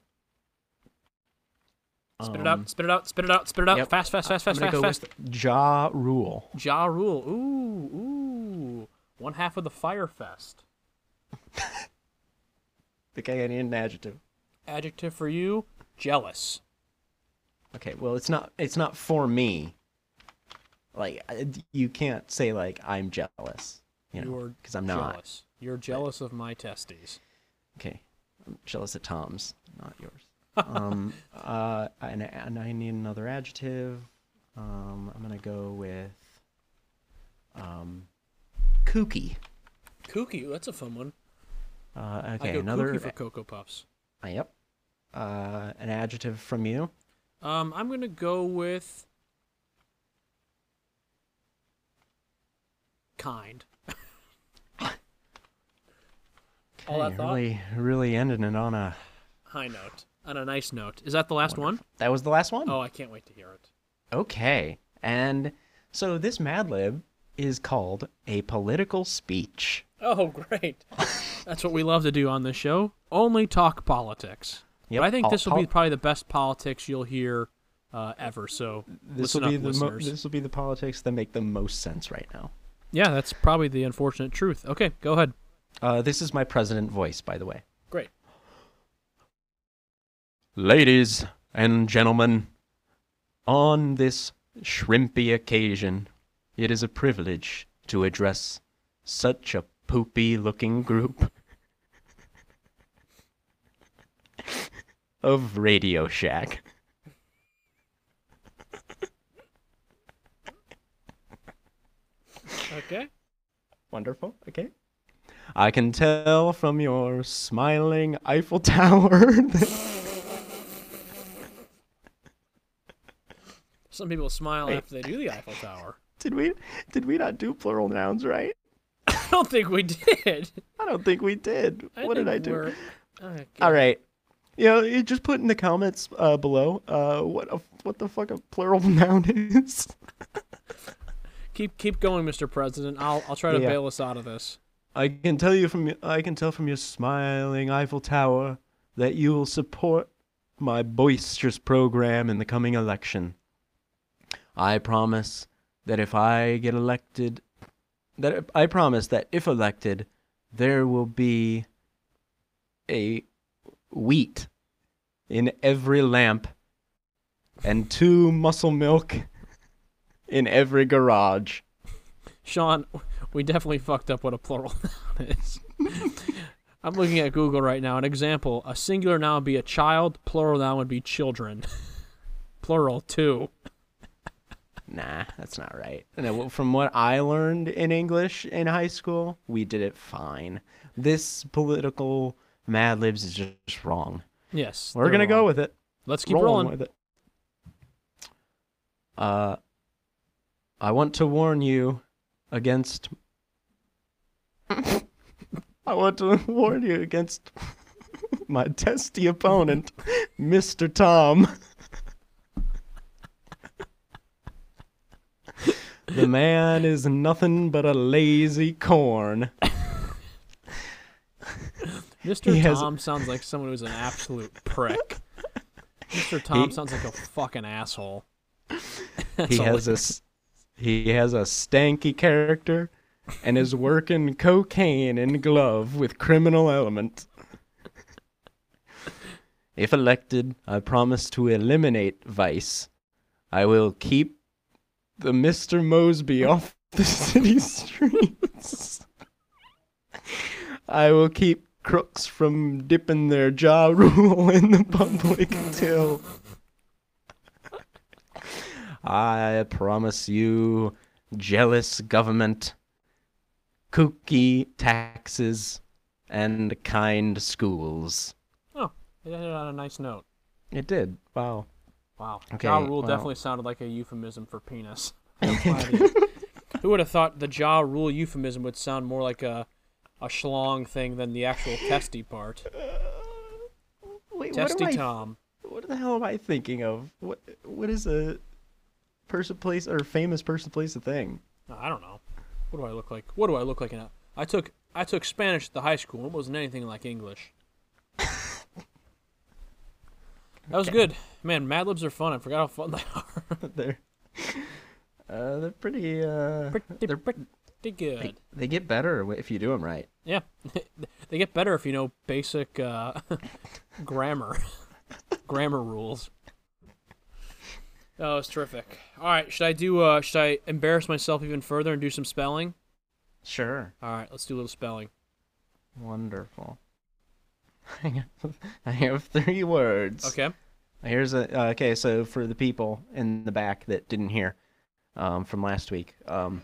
Spit it out, spit it out, spit it out, spit it out. yep. Fast, fast, fast, I'm fast, gonna fast, go fast. with Ja Rule. Ja Rule. Ooh, ooh. One half of the Fire Fest. The I need an adjective. Adjective for you, jealous. Okay, well it's not it's not for me. Like I- you can't say like I'm jealous, you know, You're because I'm not. jealous. You're jealous of my testes. Okay, I'm jealous of Tom's, not [laughs] yours. um, uh, and, and I need another adjective. Um, I'm gonna go with um, kooky. Kooky, that's a fun one. Uh, I okay, go another. kooky for Cocoa Puffs. uh, yep. Uh, an adjective from you. Um, I'm gonna go with kind. [laughs] All that Okay, thought? really, really ending it on a. High note. On a nice note. Is that the last That was the last one. one? Oh, I can't wait to hear it. Okay. And so this Mad Lib is called a political speech. Oh, [laughs] great. That's what we love to do on this show. Only talk politics. Yep, But I think all- this will be pol- probably the best politics you'll hear uh, ever. So This listen will be up, the mo- listeners. this will be the politics that make the most sense right now. Yeah, that's probably the unfortunate truth. Okay, go ahead. Uh, this is my president voice, by the way. Great. Ladies and gentlemen, on this shrimpy occasion, it is a privilege to address such a poopy looking group [laughs] of Radio Shack. Okay. Wonderful. Okay. I can tell from your smiling Eiffel [laughs] Tower that [laughs] Some people smile Wait. after they do the Eiffel Tower. [laughs] did we did we not do plural nouns right? I don't think we did. I don't think we did. what did think I do? [laughs] we're- Okay. All right. You know, you just put in the comments uh, below uh, what a, what the fuck a plural [laughs] noun is. Keep keep going, Mr. President. I'll I'll try to Yeah. bail us out of this. I can tell you from I can tell from your smiling Eiffel Tower that you will support my boisterous program in the coming election. I promise that if I get elected, that if- I promise that if elected, there will be a wheat in every lamp and two muscle milk in every garage. Sean, [laughs] we definitely fucked up what a plural [laughs] noun is. I'm looking at Google right now. An example: a singular noun would be a child. Plural noun would be children. [laughs] plural two. Nah, that's not right. No, from what I learned in English in high school, we did it fine. This political Mad Libs is just wrong. Yes. We're gonna go with it. Let's keep Rolling rolling. with it. Uh, I want to warn you against. [laughs] I want to warn you against my testy opponent, Mr. Tom. [laughs] the man is nothing but a lazy corn. Mr. [laughs] He has- Tom sounds like someone who's an absolute [laughs] prick. Mr. Tom sounds like a fucking asshole. [laughs] he has a s- he has a stanky character and is working cocaine in glove with criminal element. If elected, I promise to eliminate vice. I will keep the Mr. Mosby off the city streets. I will keep crooks from dipping their jaw [laughs] rule in the public till I promise you jealous government, kooky taxes, and kind schools. Oh, it ended on a nice note. It did. Wow. Wow. Okay, Ja Rule well- definitely sounded like a euphemism for penis. [laughs] I'm proud of [laughs] you. Who would have thought the Ja Rule euphemism would sound more like a a schlong thing than the [laughs] actual testy part? Wait, Testy what, am Tom. I, what the hell am I thinking of? What What is a person, place, or famous person, place, a thing? I don't know. What do I look like? What do I look like in a? I took I took [laughs] Spanish at the high school. and It wasn't anything like English. That was good, man. Mad Libs are fun. I forgot how fun they are. they're uh, they're pretty. Uh, pretty, they're- pretty good. they get better if you do them right. Yeah, [laughs] they get better if you know basic uh, [laughs] grammar, [laughs] grammar rules. Oh, it's terrific. All right, should I do? Uh, should I embarrass myself even further and do some spelling? Sure. All right, let's do a little spelling. [laughs] Wonderful. I have- I have three words. Okay. Here's a uh, okay. So for the people in the back that didn't hear um, from last week, um,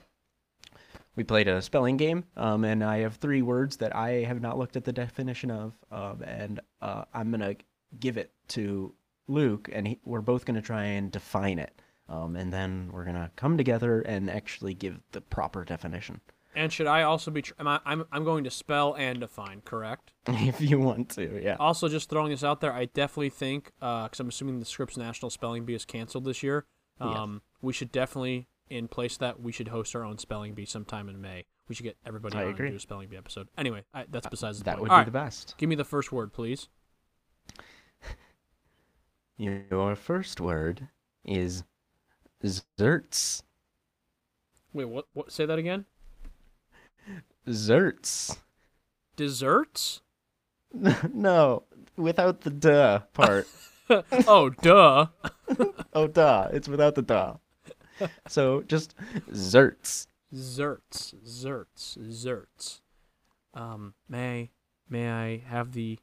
we played a spelling game, um, and I have three words that I have not looked at the definition of, um, and uh, I'm gonna give it to Luke, and he, we're both gonna try and define it, um, and then we're gonna come together and actually give the proper definition [laughs] And should I also be? Tr- am I, I'm I'm going to spell and define, correct? if you want to. Yeah. Also, just throwing this out there, I definitely think because I'm assuming the Scripps National Spelling Bee is canceled this year. Um, we should definitely, in place of that, we should host our own spelling bee sometime in May. We should get everybody I on agree. Uh, and do a spelling bee episode. Anyway, I, that's besides the That point. would All be right, the best. Give me the first word, please. Your first word is zerts. Wait, what? What? Say that again. Zerts. Desserts? [laughs] [laughs] no, without the duh part. oh, duh. oh, duh. It's without the duh. So just zerts. Zerts, zerts, zerts. Um, may may I have the?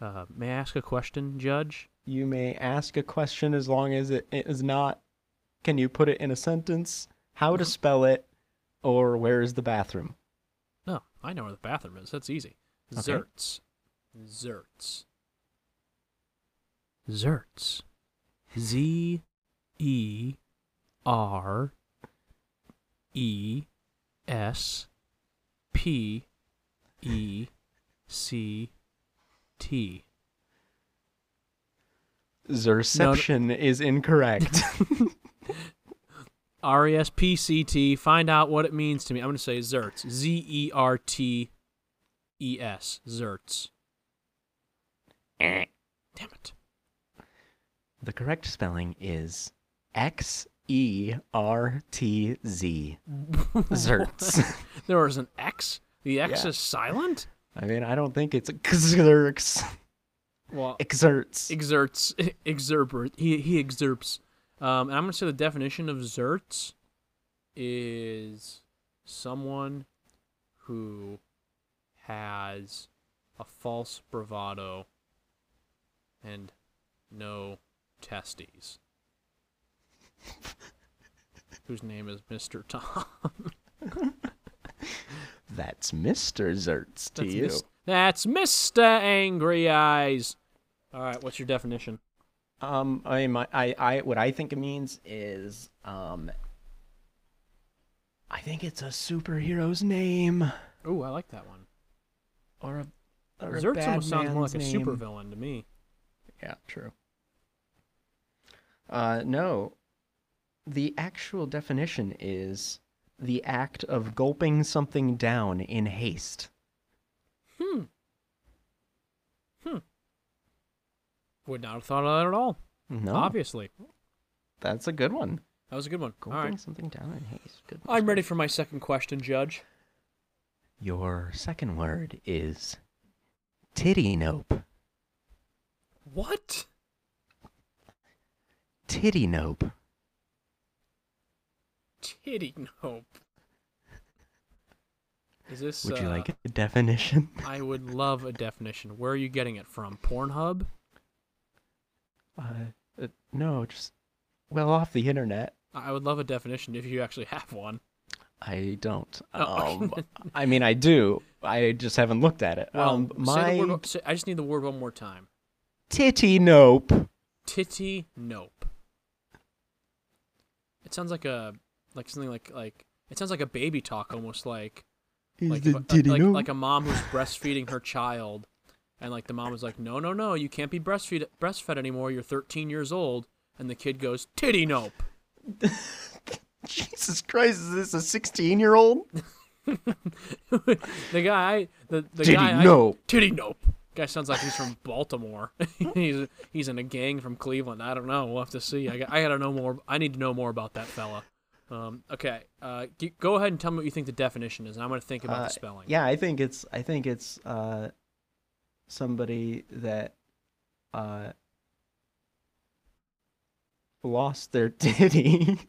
Uh, may I ask a question, Judge? You may ask a question as long as it it is not can you put it in a sentence, how to spell it, or where is the bathroom? No, I know where the bathroom is. That's easy. Okay. Zerts. Zerts. Zerts. Z E R E S P E C T. Zerception is incorrect. [laughs] R E S P C T. Find out what it means to me. I'm going to say Zerts. Z E R T E S. Zerts. Eh. Damn it. [laughs] the correct spelling is X E R T Z. Zerts. There was an X. The X Yeah. is silent. I mean, I don't think it's exerts. [laughs] Well, Exerts. exerts, [laughs] exerberate. He he exerts. Um, and I'm gonna say the definition of zerts is someone who has a false bravado and no testes. Whose name is Mr. Tom. That's Mr. Zertz to That's you. mis- that's Mr. Angry Eyes. All right, what's your definition? Um, I, my, I, I, what I think it means is, um, I think it's a superhero's name Ooh, I like that one. or a, or a Zertz bad almost sounds more like man's a name. supervillain to me. Yeah, true. Uh, no, the actual definition is the act of gulping something down in haste. Hmm. Hmm. Would not have thought of that at all. No, Obviously, that's a good one. that was a good one. Gulping all right, something down in haste. Good one. I'm ready for my second question, Judge. Your second word is titty nope. What? Titty nope. Titty nope. Is this? Would you uh, like a [laughs] definition? I would love a definition. Where are you getting it from? Pornhub? Uh, uh, no, just well off the internet. I I would love a definition if you actually have one. I don't. Oh, Um, I mean, I do. I just haven't looked at it. Well, um, say the my word, say, I just need the word one more time. titty nope. Titty nope. It sounds like a like something like like it sounds like a baby talk almost like Is like, the if a- titty like, nope? like a mom who's breastfeeding her child and like the mom is like no no no you can't be breastfeed breastfed anymore you're 13 years old and the kid goes titty nope [laughs] [laughs] Jesus Christ! Is this a sixteen-year-old? the guy the, the Titty guy I- nope. titty nope Guy sounds like he's from [laughs] Baltimore. he's he's in a gang from Cleveland. I don't know. We'll have to see. I, got- I gotta know more. I need to know more about that fella. Um, okay, uh, g- go ahead and tell me what you think the definition is, and I'm gonna think about Uh, the spelling. Yeah, I think it's I think it's uh, somebody that uh, lost their [laughs] titty.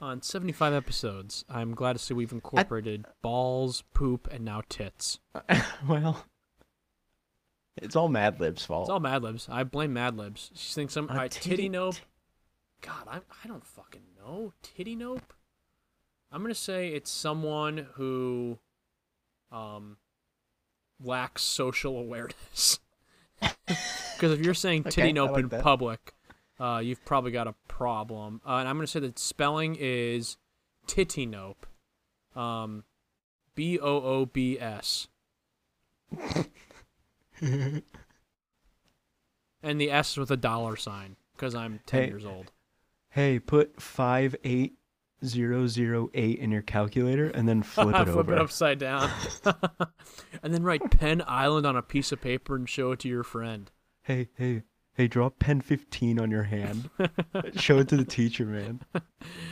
On 75 episodes, I'm glad to see we've incorporated balls, poop, and now tits. well, it's all Mad Lib's fault. It's all Mad Libs. I blame Mad Libs. She thinks some Uh, [laughs] all right, titty titty- nope. God, I I don't fucking know. Titty nope. I'm gonna say it's someone who, um, lacks social awareness. [laughs] Because if you're saying titty Okay, I nope like in that. public, uh, you've probably got a problem. Uh, and I'm gonna say that spelling is titty nope. Um, B O O B [laughs] S. and the S with a dollar sign because I'm 10 Hey. years old. hey, put five eight zero zero eight in your calculator [laughs] and then flip it over. upside [laughs] down. [laughs] and then write Penn Island on a piece of paper and show it to your friend. Hey, hey, hey, draw pen fifteen on [laughs] your hand. Show it to the teacher, man.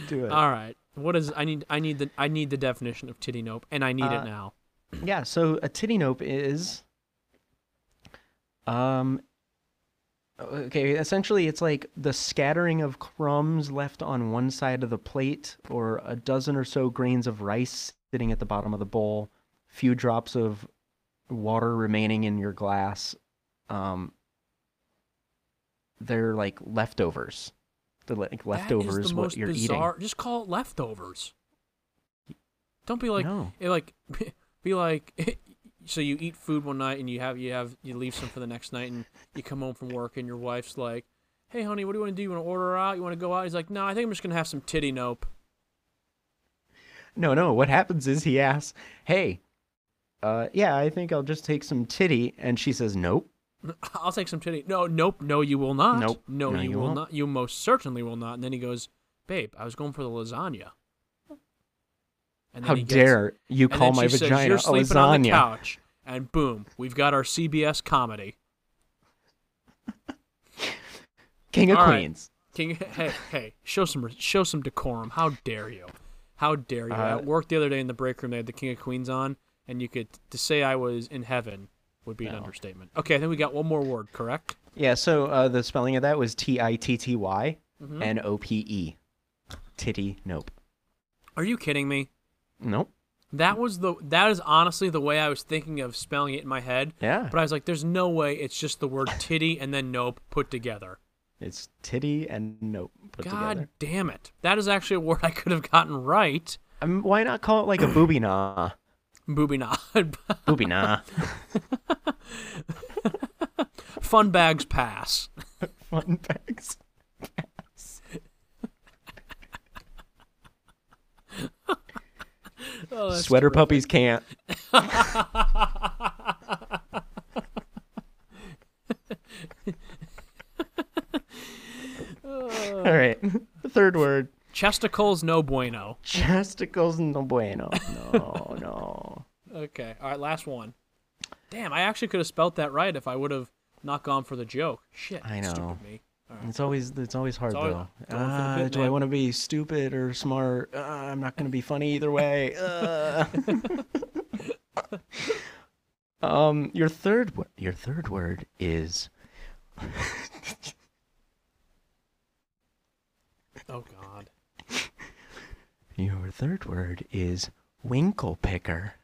Do it. All right. What is I need I need the I need the definition of titty nope and I need Uh, it now. Yeah, so a titty nope is um okay, essentially it's like the scattering of crumbs left on one side of the plate or a dozen or so grains of rice sitting at the bottom of the bowl, few drops of water remaining in your glass. Um they're like leftovers. They're like leftovers that is the what most you're bizarre. Just call it leftovers. Don't be like No. eh, like [laughs] be like [laughs] so you eat food one night and you have you have you leave some for the next night and you come home from work and your wife's like, "Hey honey, what do you want to do? You want to order out? You want to go out?" He's like, "No, I think I'm just going to have some titty nope." No, no. What happens is he asks, "Hey, uh, yeah, I think I'll just take some titty," and she says, "Nope." [laughs] I'll take some titty. No, nope, no, you will not. Nope. No, No, you, you will won't. not. You most certainly will not. And then he goes, Babe, I was going for the lasagna. And then How he gets- dare you and call then my she says, vagina You're a sleeping on the lasagna? couch. And boom, we've got our CBS comedy. King of All right. Queens. King, hey, hey, show some, show some decorum. How dare you? How dare you? Uh, At work the other day in the break room, they had the King of Queens on, and you could to say I was in heaven would be an No. understatement. Okay, I think we got one more word, correct? Yeah. So uh, the spelling of that was T I T T Y Mm-hmm. N O P E. Titty. Nope. Are you kidding me? Nope. That was the that is honestly the way I was thinking of spelling it in my head. Yeah. But I was like, there's no way it's just the [laughs] word titty and then nope put together. It's titty and nope put God together. damn it. That is actually a word I could have gotten right. I mean, Um, why not call it like a [laughs] booby nah? Booby nod. [laughs] Booby nah. Fun bags pass. Fun facts. Oh, that's Sweater terrific. [laughs] puppies can't. All right. Third word. Chesticles no bueno. Chesticles no bueno. No, no. Okay. All right, last one. Damn, I actually could have spelt that right if I would have not gone for the joke. Shit. I know. Stupid me. It's always it's always hard It's always- though. going for the Ah, bit, do I man. want to be stupid or smart? Ah, I'm not going to be funny [laughs] either way. Ah. [laughs] um, your third word. Your third word is Oh god. your third word is winkle picker.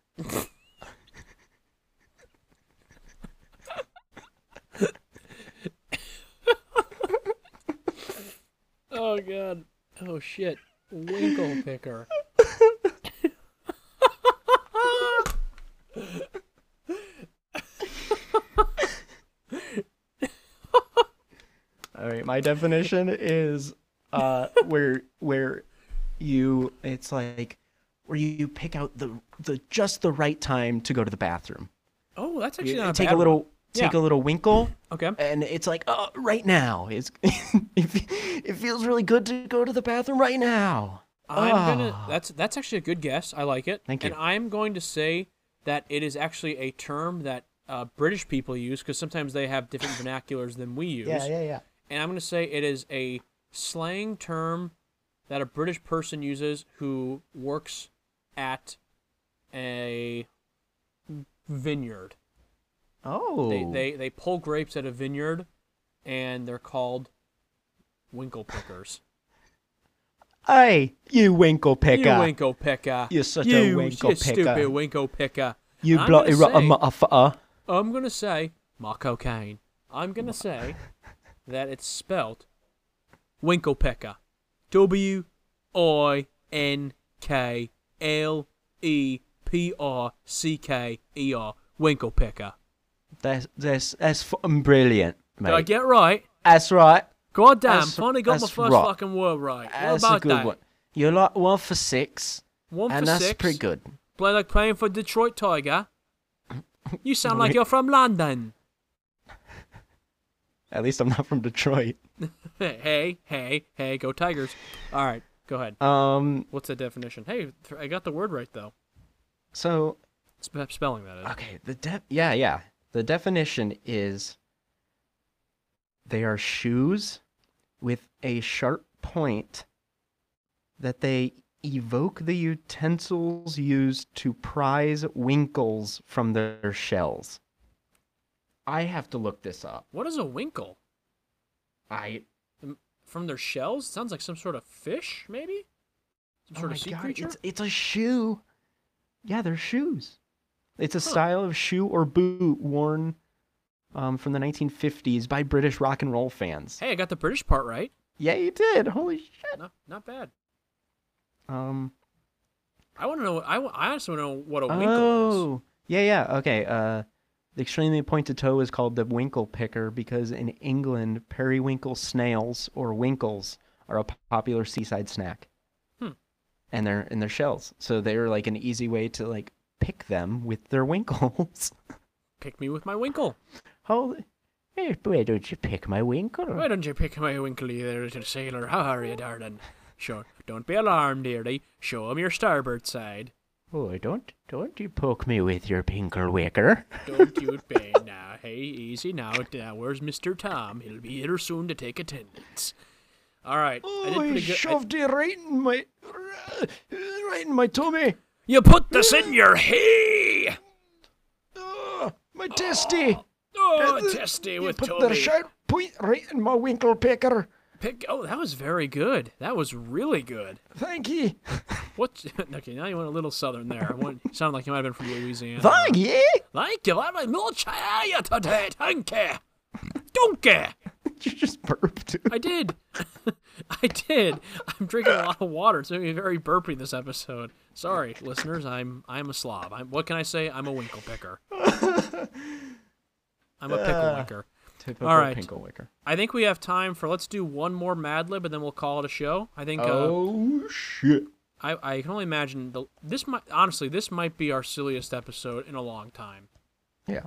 Oh god. Oh shit. Winkle picker. All right, my definition is uh [laughs] where where you it's like where you pick out the the just the right time to go to the bathroom. Oh, that's actually You not take bad a little one. take Yeah. a little winkle Okay. and it's like uh right now. It's [laughs] it, fe- it feels really good to go to the bathroom right now. I'm gonna. Ah. That's that's actually a good guess. I like it. Thank And you. I'm going to say that it is actually a term that uh, British people use because sometimes they have [laughs] different vernaculars than we use. Yeah, yeah, yeah. And I'm going to say it is a slang term that a British person uses who works at a vineyard. Oh. They, they they pull grapes at a vineyard, and they're called winkle pickers. Hey, you winkle picker. You winkle picker. You're such a you, winkle you picker. stupid winkle picker. you And I'm bloody gonna rotter say- motherfucker. I'm gonna say my cocaine. I'm gonna say that it's spelt Winklepecker. W I N K L E P R C K E R. Winklepecker. That's, that's, that's fucking brilliant, mate. Did I get right? that's right. God damn, That's- finally got my that's first right. fucking word right. That's what about a good that? one. You're like one for six, One and for that's six. pretty good. Play like playing for Detroit Tiger. You sound like you're from London. [laughs] At least I'm not from Detroit. hey, hey, hey, go Tigers. All right, go ahead. Um, What's the definition? Hey, th- I got the word right though. so Sp- spelling that is. okay, the de- yeah, yeah. The definition is they are shoes with a sharp point that they evoke the utensils used to prize winkles from their shells. I have to look this up. What is a winkle? I From their shells? Sounds like some sort of fish, maybe. Some Oh sort my of sea God, creature. It's, it's a shoe. Yeah, they're shoes. It's a style of shoe or boot worn um, from the 1950s by British rock and roll fans. Hey, I got the British part right. Yeah, you did. Holy shit. No, not bad. Um. I want to know. I, wa- I honestly want to know what a winkle is. Oh. Yeah, yeah. Okay. Uh, the extremely pointed toe is called the winkle picker because in England, periwinkle snails or winkles are a popular seaside snack. Hmm. And they're in their shells, so they're like an easy way to like pick them with their winkles. [laughs] Pick me with my winkle. Holy. eh, Hey, why don't you pick my winkle? Why don't you pick my winkly there, little sailor? How are you, darling? Sure. Don't be alarmed, dearie. Show 'em your starboard side. Oh, don't, don't you poke me with your pinkle wicker. Don't you be now. Hey, easy now. Now, where's Mr. Tom? He'll be here soon to take attendance. All right. I did pretty good. I- it right in my. Right in my tummy. You put this in your hay. Oh, my testy. Oh, testy with Toby. point right in my winkle picker. Pick. Oh, that was very good. That was really good. Thank ye. What? [laughs] Okay, now you went a little southern there. I want, sounded like you might have been from Louisiana. Thank ye. Thank you. I'm a milkshire today. Thank you. Don't care. [laughs] You just burped. dude. I did. [laughs] I did. I'm drinking a lot of water. It's going to be very burpy this episode. Sorry, listeners. I'm I'm a slob. I'm, what can I say? I'm a winkle picker. I'm a pickle wicker. Typical All right. pinkle wicker. I think we have time for let's do one more Mad Lib and then we'll call it a show. I think uh, Oh shit. I, I can only imagine the this might honestly this might be our silliest episode in a long time Yeah.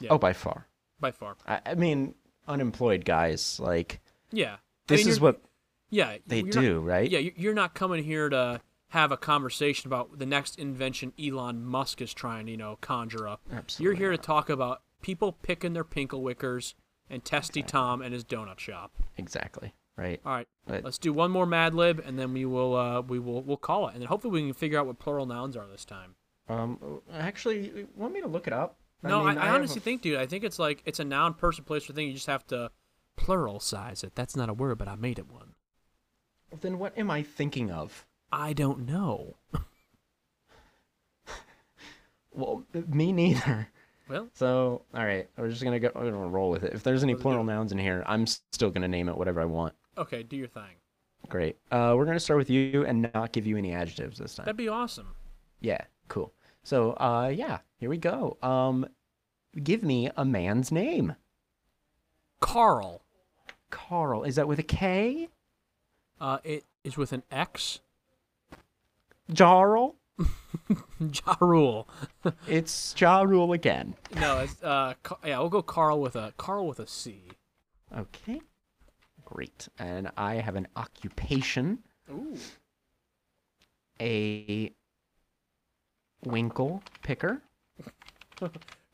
Yeah. Oh, by far. by far. I, I mean, unemployed guys like Yeah, I this mean, is you're- what yeah they you're not- do, right? Yeah, you- you're not coming here to have a conversation about the next invention Elon Musk is trying to you know conjure up. Absolutely you're here to talk about people picking their pinkle wickers and Testy Tom and his donut shop. Exactly. Right. All right, Right. let's do one more Mad Lib and then we will uh, we will we'll call it and then hopefully we can figure out what plural nouns are this time. Um, actually, want me to look it up? No, I, mean, I, have honestly a- think, dude, I think it's like it's a noun, person, place, or thing. You just have to plural size it. That's not a word, but I made it one. Then what am I thinking of? I don't know. Well, me neither. Well, So, all right, we're just gonna go. We're gonna roll with it. If there's any Let's do plural it. nouns in here, I'm s- still gonna name it whatever I want. okay, do your thing. Great. Uh, we're gonna start with you and not give you any adjectives this time. That'd be awesome. Yeah, cool. So, uh, yeah, here we go. Um, give me a man's name. Carl. Carl. Is that with a K? Uh, it is with an X. [laughs] Jarl. ja Rule. It's Ja Rule again. No, it's uh, Ca- yeah, we'll go Carl with a Carl with a C. Okay. Great. And I have an occupation. Ooh. a winkle picker.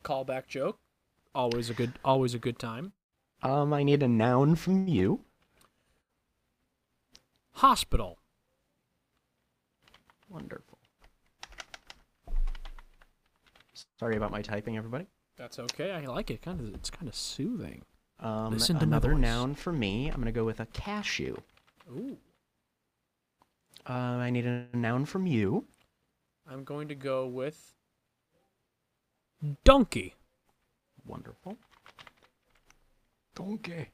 Callback joke. Always a good, always a good time. Um, I need a noun from you. Hospital. Wonderful. Sorry about my typing, everybody. That's okay. I like it. Kind of, it's kind of soothing. Um, Listen to my another voice. noun for me. I'm gonna go with a cashew. Ooh. Um, I need a noun from you. I'm going to go with donkey. Wonderful. Donkey.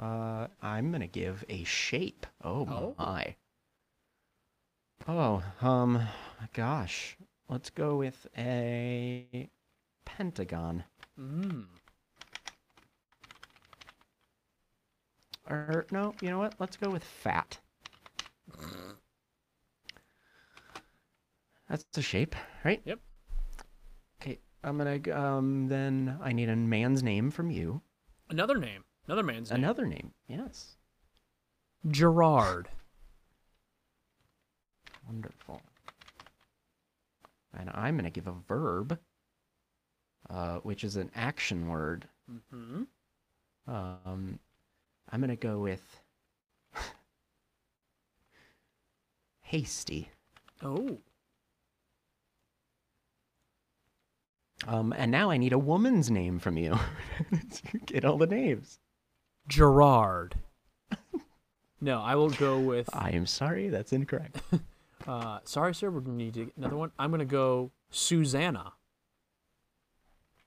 Uh, I'm gonna give a shape. Oh, Oh. my. Oh, um, gosh. Let's go with a pentagon. Mm. Or no, you know what? Let's go with fat. That's the shape, right? Yep. Okay. I'm gonna g- um. Then I need a man's name from you. Another name. Another man's name. Another name. Yes. Gerard. Wonderful. And I'm going to give a verb, uh, which is an action word. Mm-hmm. Um, I'm going to go with [laughs] hasty. Oh. Um, and now I need a woman's name from you. [laughs] you get all the names. Gerard. no, I will go with. I am sorry, that's incorrect. Uh, sorry, sir. We're gonna need to get another one. I'm gonna go Susanna.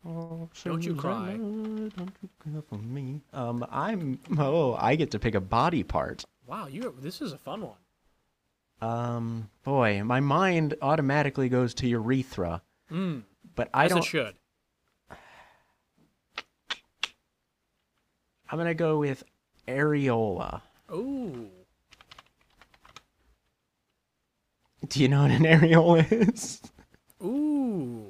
Oh, Don't you cry. Cinderella, Don't you cry for me. Um, I'm. Oh, I get to pick a body part. Wow, you. This is a fun one. Um, boy, my mind automatically goes to urethra, Mm, but I as don't. it should. I'm gonna go with areola. Ooh. Do you know what an [laughs] areola is? Ooh.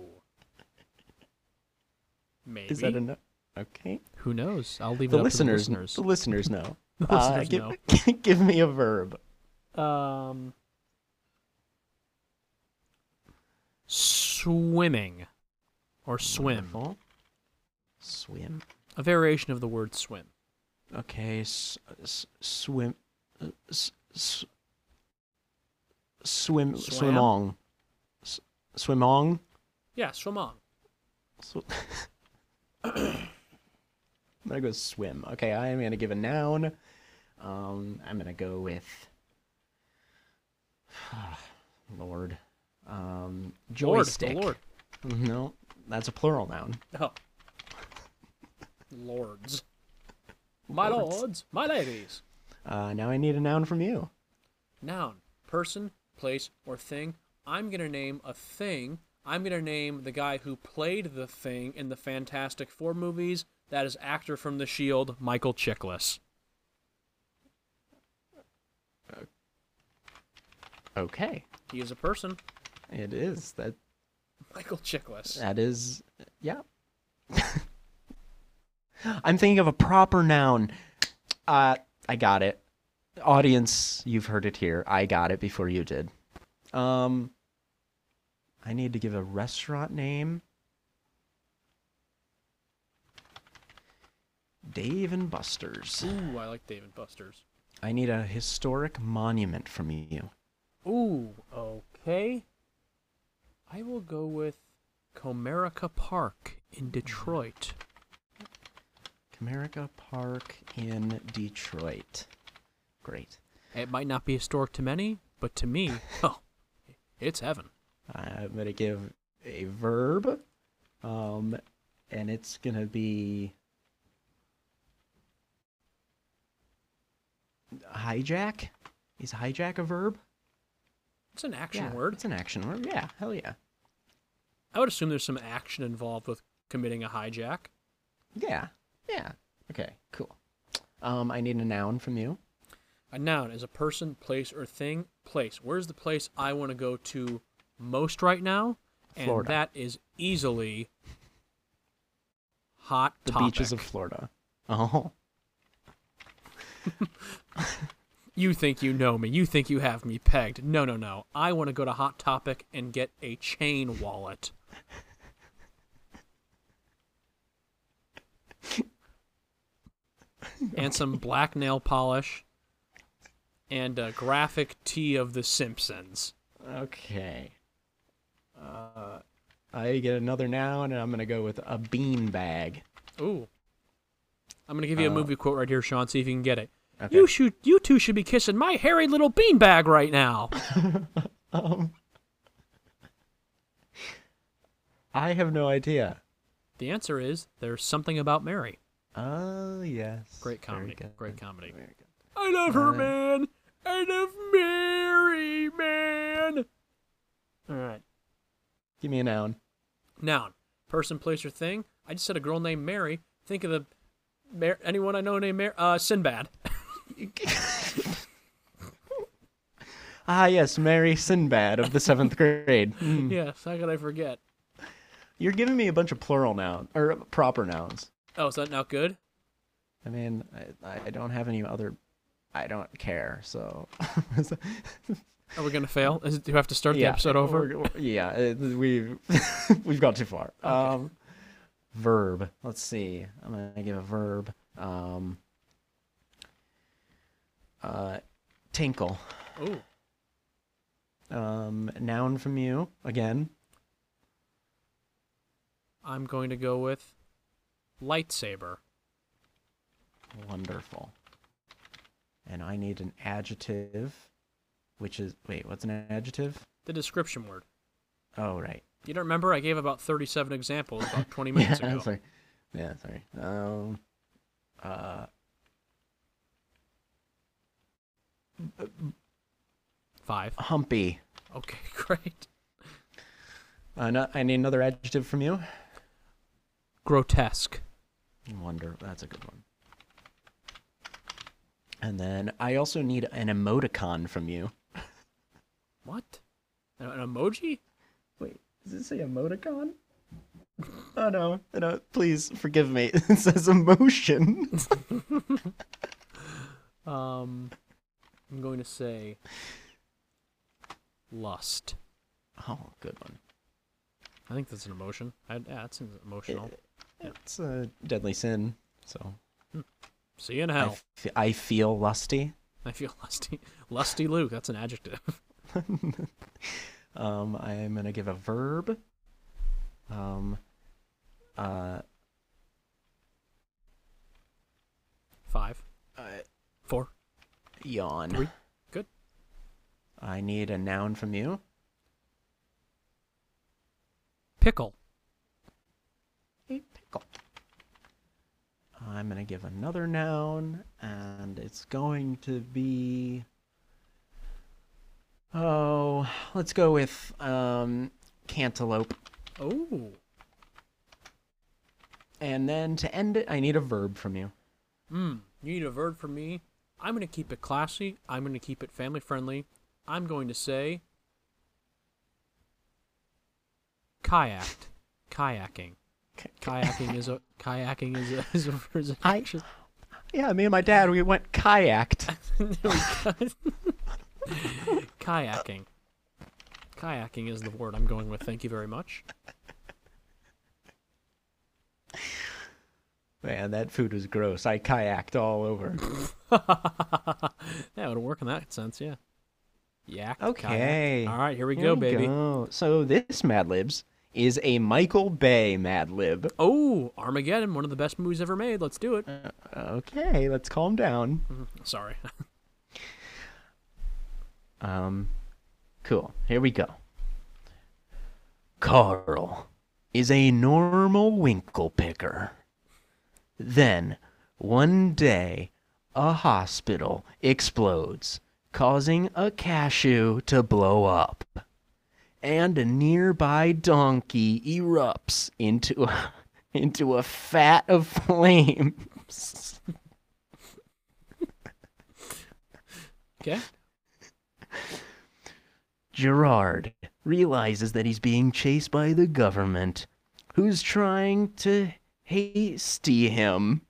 Maybe. Is that enough? Okay. Who knows? I'll leave The it up listeners, to the listeners. the listeners know. [laughs] The Uh, listeners give, [laughs] give me a verb. Um, swimming or swim, Wonderful. Swim. a variation of the word swim. Okay. S- s- swim. uh, S- s- swim. Swam? Swim on. S- swim on. Yeah, swim on. Sw- [laughs] I'm gonna go swim. Okay, I am gonna give a noun. Um, I'm gonna go with [sighs] Lord. Um, joystick. Lord, [laughs] No, that's a plural noun. the Lord. Oh. Lords. My Lords. lords, my ladies. Uh, now I need a noun from you. Noun, person, place, or thing. I'm going to name a thing. I'm going to name the guy who played the thing in the Fantastic Four movies. That is actor from The Shield, Michael Chiklis. Okay, He is a person, [laughs] it is that. Michael Chiklis. That is, yeah. [laughs] I'm thinking of a proper noun. Uh, I got it. Audience, you've heard it here. I got it before you did. Um, I need to give a restaurant name. Dave and Buster's. Ooh, I like Dave and Buster's. I need a historic monument from you. Ooh, okay. I will go with Comerica Park in Detroit. Comerica Park in Detroit. Great. It might not be historic to many, but to me, [laughs] oh, it's heaven. I'm gonna give a verb, um, and it's gonna be hijack. Is hijack a verb? It's an action yeah, word. It's an action word. Yeah, hell yeah, I would assume there's some action involved with committing a hijack. yeah, yeah. Okay, cool. Um, I need a noun from you. A noun is a person, place, or thing. Place. Where's the place I want to go to most right now? And Florida. that is easily hot The beaches of Topic. Florida. Oh, You think you know me. You think you have me pegged. No, no, no. I want to go to Hot Topic and get a chain wallet. and some black nail polish and a graphic tee of The Simpsons. Okay. Uh, I get another noun, and I'm gonna go with a bean bag. Ooh. I'm going to give you a Uh, movie quote right here, Sean, see if you can get it. Okay. You should, you two should be kissing my hairy little beanbag right now. [laughs] um, I have no idea. The answer is there's something about Mary. Oh yes. Great Very comedy. good. Great comedy. Very good. I love her, man. I love Mary, man. All right. Give me a noun. Noun. Person, place, or thing. I just said a girl named Mary. Think of the Mar- anyone I know named Mary. Uh, Sinbad. [laughs] Ah yes, Mary Sinbad of the seventh [laughs] grade. Mm. yes. How could I forget? You're giving me a bunch of plural nouns or proper nouns. Oh, is that not good? I mean, I, I don't have any other. I don't care. So, [laughs] Are we gonna fail? Is it, do you have to start the episode over? we're- we're- yeah, uh, we've [laughs] we've gone too far. Um, verb. Let's see. I'm gonna give a verb. Um, uh, tinkle. Ooh. Um, noun from you again. I'm going to go with lightsaber. Wonderful. And I need an adjective, which is wait, what's an adjective? The description word. Oh right. You don't remember? I gave about 37 examples [laughs] about 20 minutes yeah, ago. Sorry. Yeah, sorry. Um, uh, Five. humpy. Okay, [laughs] great. Uh, no, I need another adjective from you. Grotesque. Wonder. That's a good one. And then I also need an emoticon from you. What? An an emoji? Wait, does it say emoticon? [laughs] Oh no, no! Please forgive me. [laughs] It says emotion. Um, I'm going to say lust. [laughs] Oh, good one. I think that's an emotion. I, yeah, that seems emotional. It's a deadly sin. So See you in I hell. fe- I feel lusty. [laughs] [laughs] I feel lusty. Lusty Luke. That's an adjective. [laughs] Um, I'm gonna give a verb. Um, uh, Five. I- Four. uh, yawn. Three. Good. I need a noun from you. Pickle. A pickle. I'm gonna give another noun, and it's going to be. Oh, let's go with um, cantaloupe. Oh. And then to end it, I need a verb from you. Mm, you need a verb for me. I'm going to keep it classy. I'm going to keep it family friendly. I'm going to say kayaked. Kayaking. Kayaking is a kayaking is a [laughs] is a, is a I- Yeah, me and my dad, we went kayaked. [laughs] There we go. kayaking. Kayaking is the word I'm going with. Thank you very much. [laughs] Man, that food was gross. I kayaked all over. that would work in that sense, yeah. Yak. kayak. Okay. All right, here we Here go, we baby. go. So this Mad Libs is a Michael Bay Mad Lib. Oh, Armageddon, one of the best movies ever made. Let's do it. Okay, let's calm down. Sorry. [laughs] Um, cool. Here we go. Carl is a normal winkle picker. Then, one day, a hospital explodes, causing a cashew to blow up. And a nearby donkey erupts into a, [laughs] into a fat of flames. [laughs] Okay. Gerard realizes that he's being chased by the government, who's trying to hasty [laughs] him.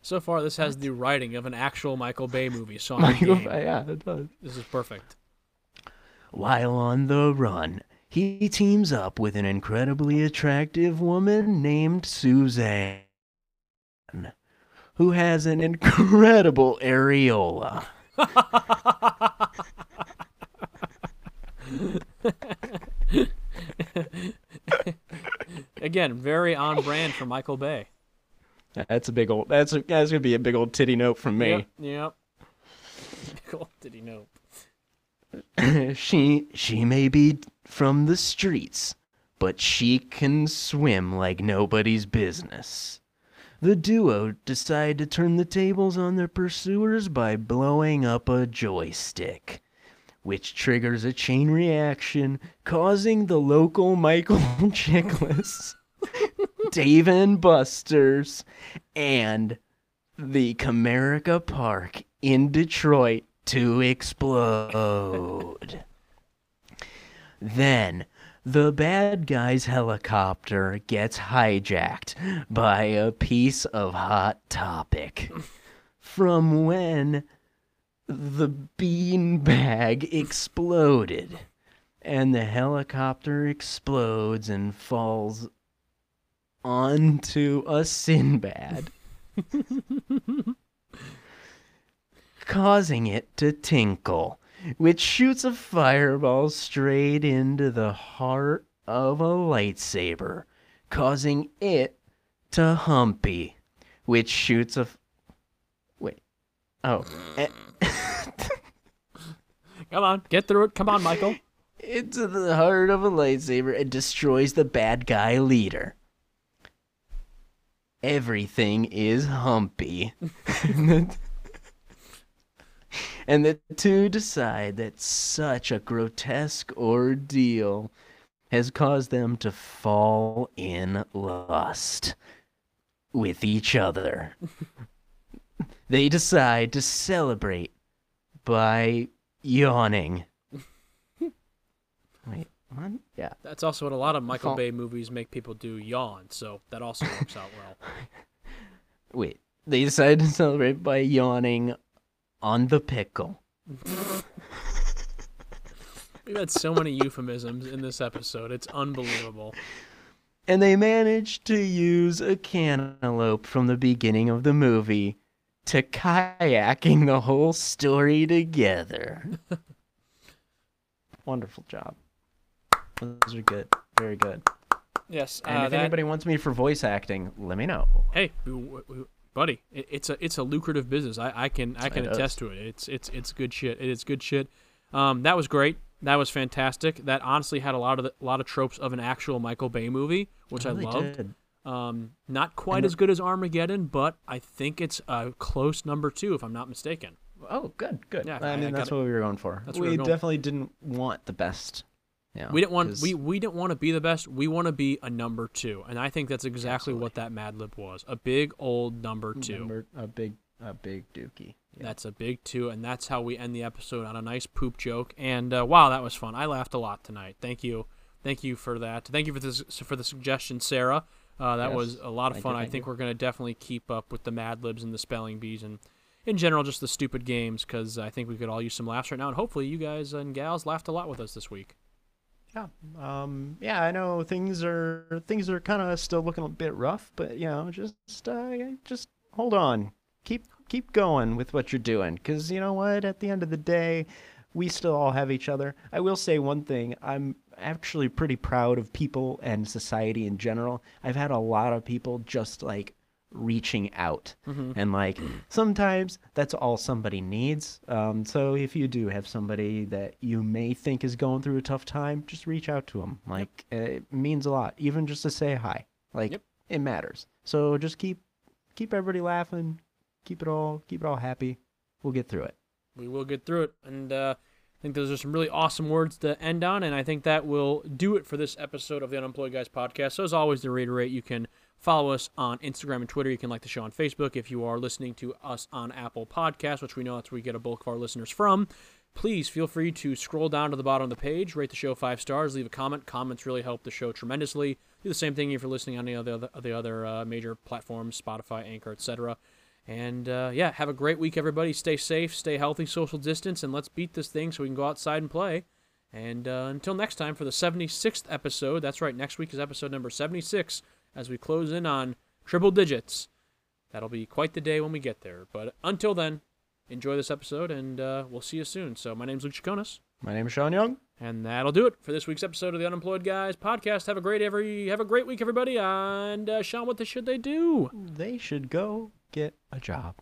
So far, this has the writing of an actual Michael Bay movie. So I'm game. yeah, it does. this is perfect. While on the run, he teams up with an incredibly attractive woman named Suzanne. who has an incredible areola. Again, very on brand for Michael Bay. That's a big old. That's a, that's gonna be a big old titty note from me. Yep. yep. Cool, Did he know? [laughs] she she may be from the streets, but she can swim like nobody's business. The duo decide to turn the tables on their pursuers by blowing up a joystick, which triggers a chain reaction, causing the local Michael [laughs] Chiklis, [laughs] Dave and Buster's, and the Comerica Park in Detroit to explode. then, the bad guy's helicopter gets hijacked by a piece of hot topic. From when the beanbag exploded, and the helicopter explodes and falls onto a Sinbad. causing it to tinkle, which shoots a fireball straight into the heart of a lightsaber, causing it to humpy, which shoots a. F- Wait. Oh. eh, [laughs] Come on, get through it. Come on, Michael. into the heart of a lightsaber and destroys the bad guy leader. Everything is humpy. [laughs] and the two decide that such a grotesque ordeal has caused them to fall in lust with each other. [laughs] they decide to celebrate by yawning. Wait, what? Yeah. That's also what a lot of Michael Fall- Bay movies make people do yawn, so that also works out well. Wait, they decided to celebrate by yawning on the [laughs] pickle. We've had so many euphemisms in this episode. It's unbelievable. And they managed to use a cantaloupe from the beginning of the movie to kayaking the whole story together. [laughs] Wonderful job. Those are good. Very good. Yes. And uh, if that- anybody wants me for voice acting, let me know. hey, we, we, we- buddy, it, it's a it's a lucrative business. I, I can I can It attest to it. It's it's it's good shit. It is good shit. Um, that was great. That was fantastic. That honestly had a lot of the, a lot of tropes of an actual Michael Bay movie, which I Really loved. did. Um, not quite as good as Armageddon, but I think it's a close number two, if I'm not mistaken. Oh, good, good. Yeah, I I- mean, I that's got what we were going for. That's what we we were going for. definitely didn't want the best. Yeah, We didn't want 'cause- we, we didn't want to be the best. We want to be a number two, and I think that's exactly what that Mad Lib was. A big old number two. Remember a big a big dookie. That's a big two, and that's how we end the episode on a nice poop joke. And uh, wow, that was fun. I laughed a lot tonight. Thank you, thank you for that. Thank you for this for the suggestion, Sarah. Uh, that Yes. was a lot of Thank you, fun. I thank think we're gonna definitely keep up with the Mad Libs and the spelling bees and in general just the stupid games because I think we could all use some laughs right now. And hopefully you guys and gals laughed a lot with us this week. Yeah. Um yeah, I know things are things are kind of still looking a bit rough, but you know, just uh just hold on. Keep keep going with what you're doing cuz you know what, at the end of the day, we still all have each other. I will say one thing. I'm actually pretty proud of people and society in general. I've had a lot of people just like reaching out and like sometimes that's all somebody needs um, so if you do have somebody that you may think is going through a tough time just reach out to them like it means a lot even just to say hi like Yep. it matters so just keep keep everybody laughing keep it all keep it all happy we'll get through it we will get through it. And uh, I think those are some really awesome words to end on. And I think that will do it for this episode of the Unemployed Guys podcast. So, as always, to reiterate, you can follow us on Instagram and Twitter. You can like the show on Facebook. If you are listening to us on Apple Podcasts, which we know that's where we get a bulk of our listeners from, please feel free to scroll down to the bottom of the page, rate the show five stars, leave a comment. Comments really help the show tremendously. Do the same thing if you're listening on any of the other, the other uh, major platforms, Spotify, Anchor, etc. And uh, yeah, have a great week, everybody. Stay safe, stay healthy, social distance, and let's beat this thing so we can go outside and play. And uh, until next time for the 76th episode, that's right, next week is episode number 76 as we close in on triple digits. That'll be quite the day when we get there. But until then, enjoy this episode, and uh, we'll see you soon. So my name's Luke Chaconis, My name is Sean Young. and that'll do it for this week's episode of the Unemployed Guys podcast. Have a great every have a great week, everybody. And uh, Sean, what the should they do? They should go get a job.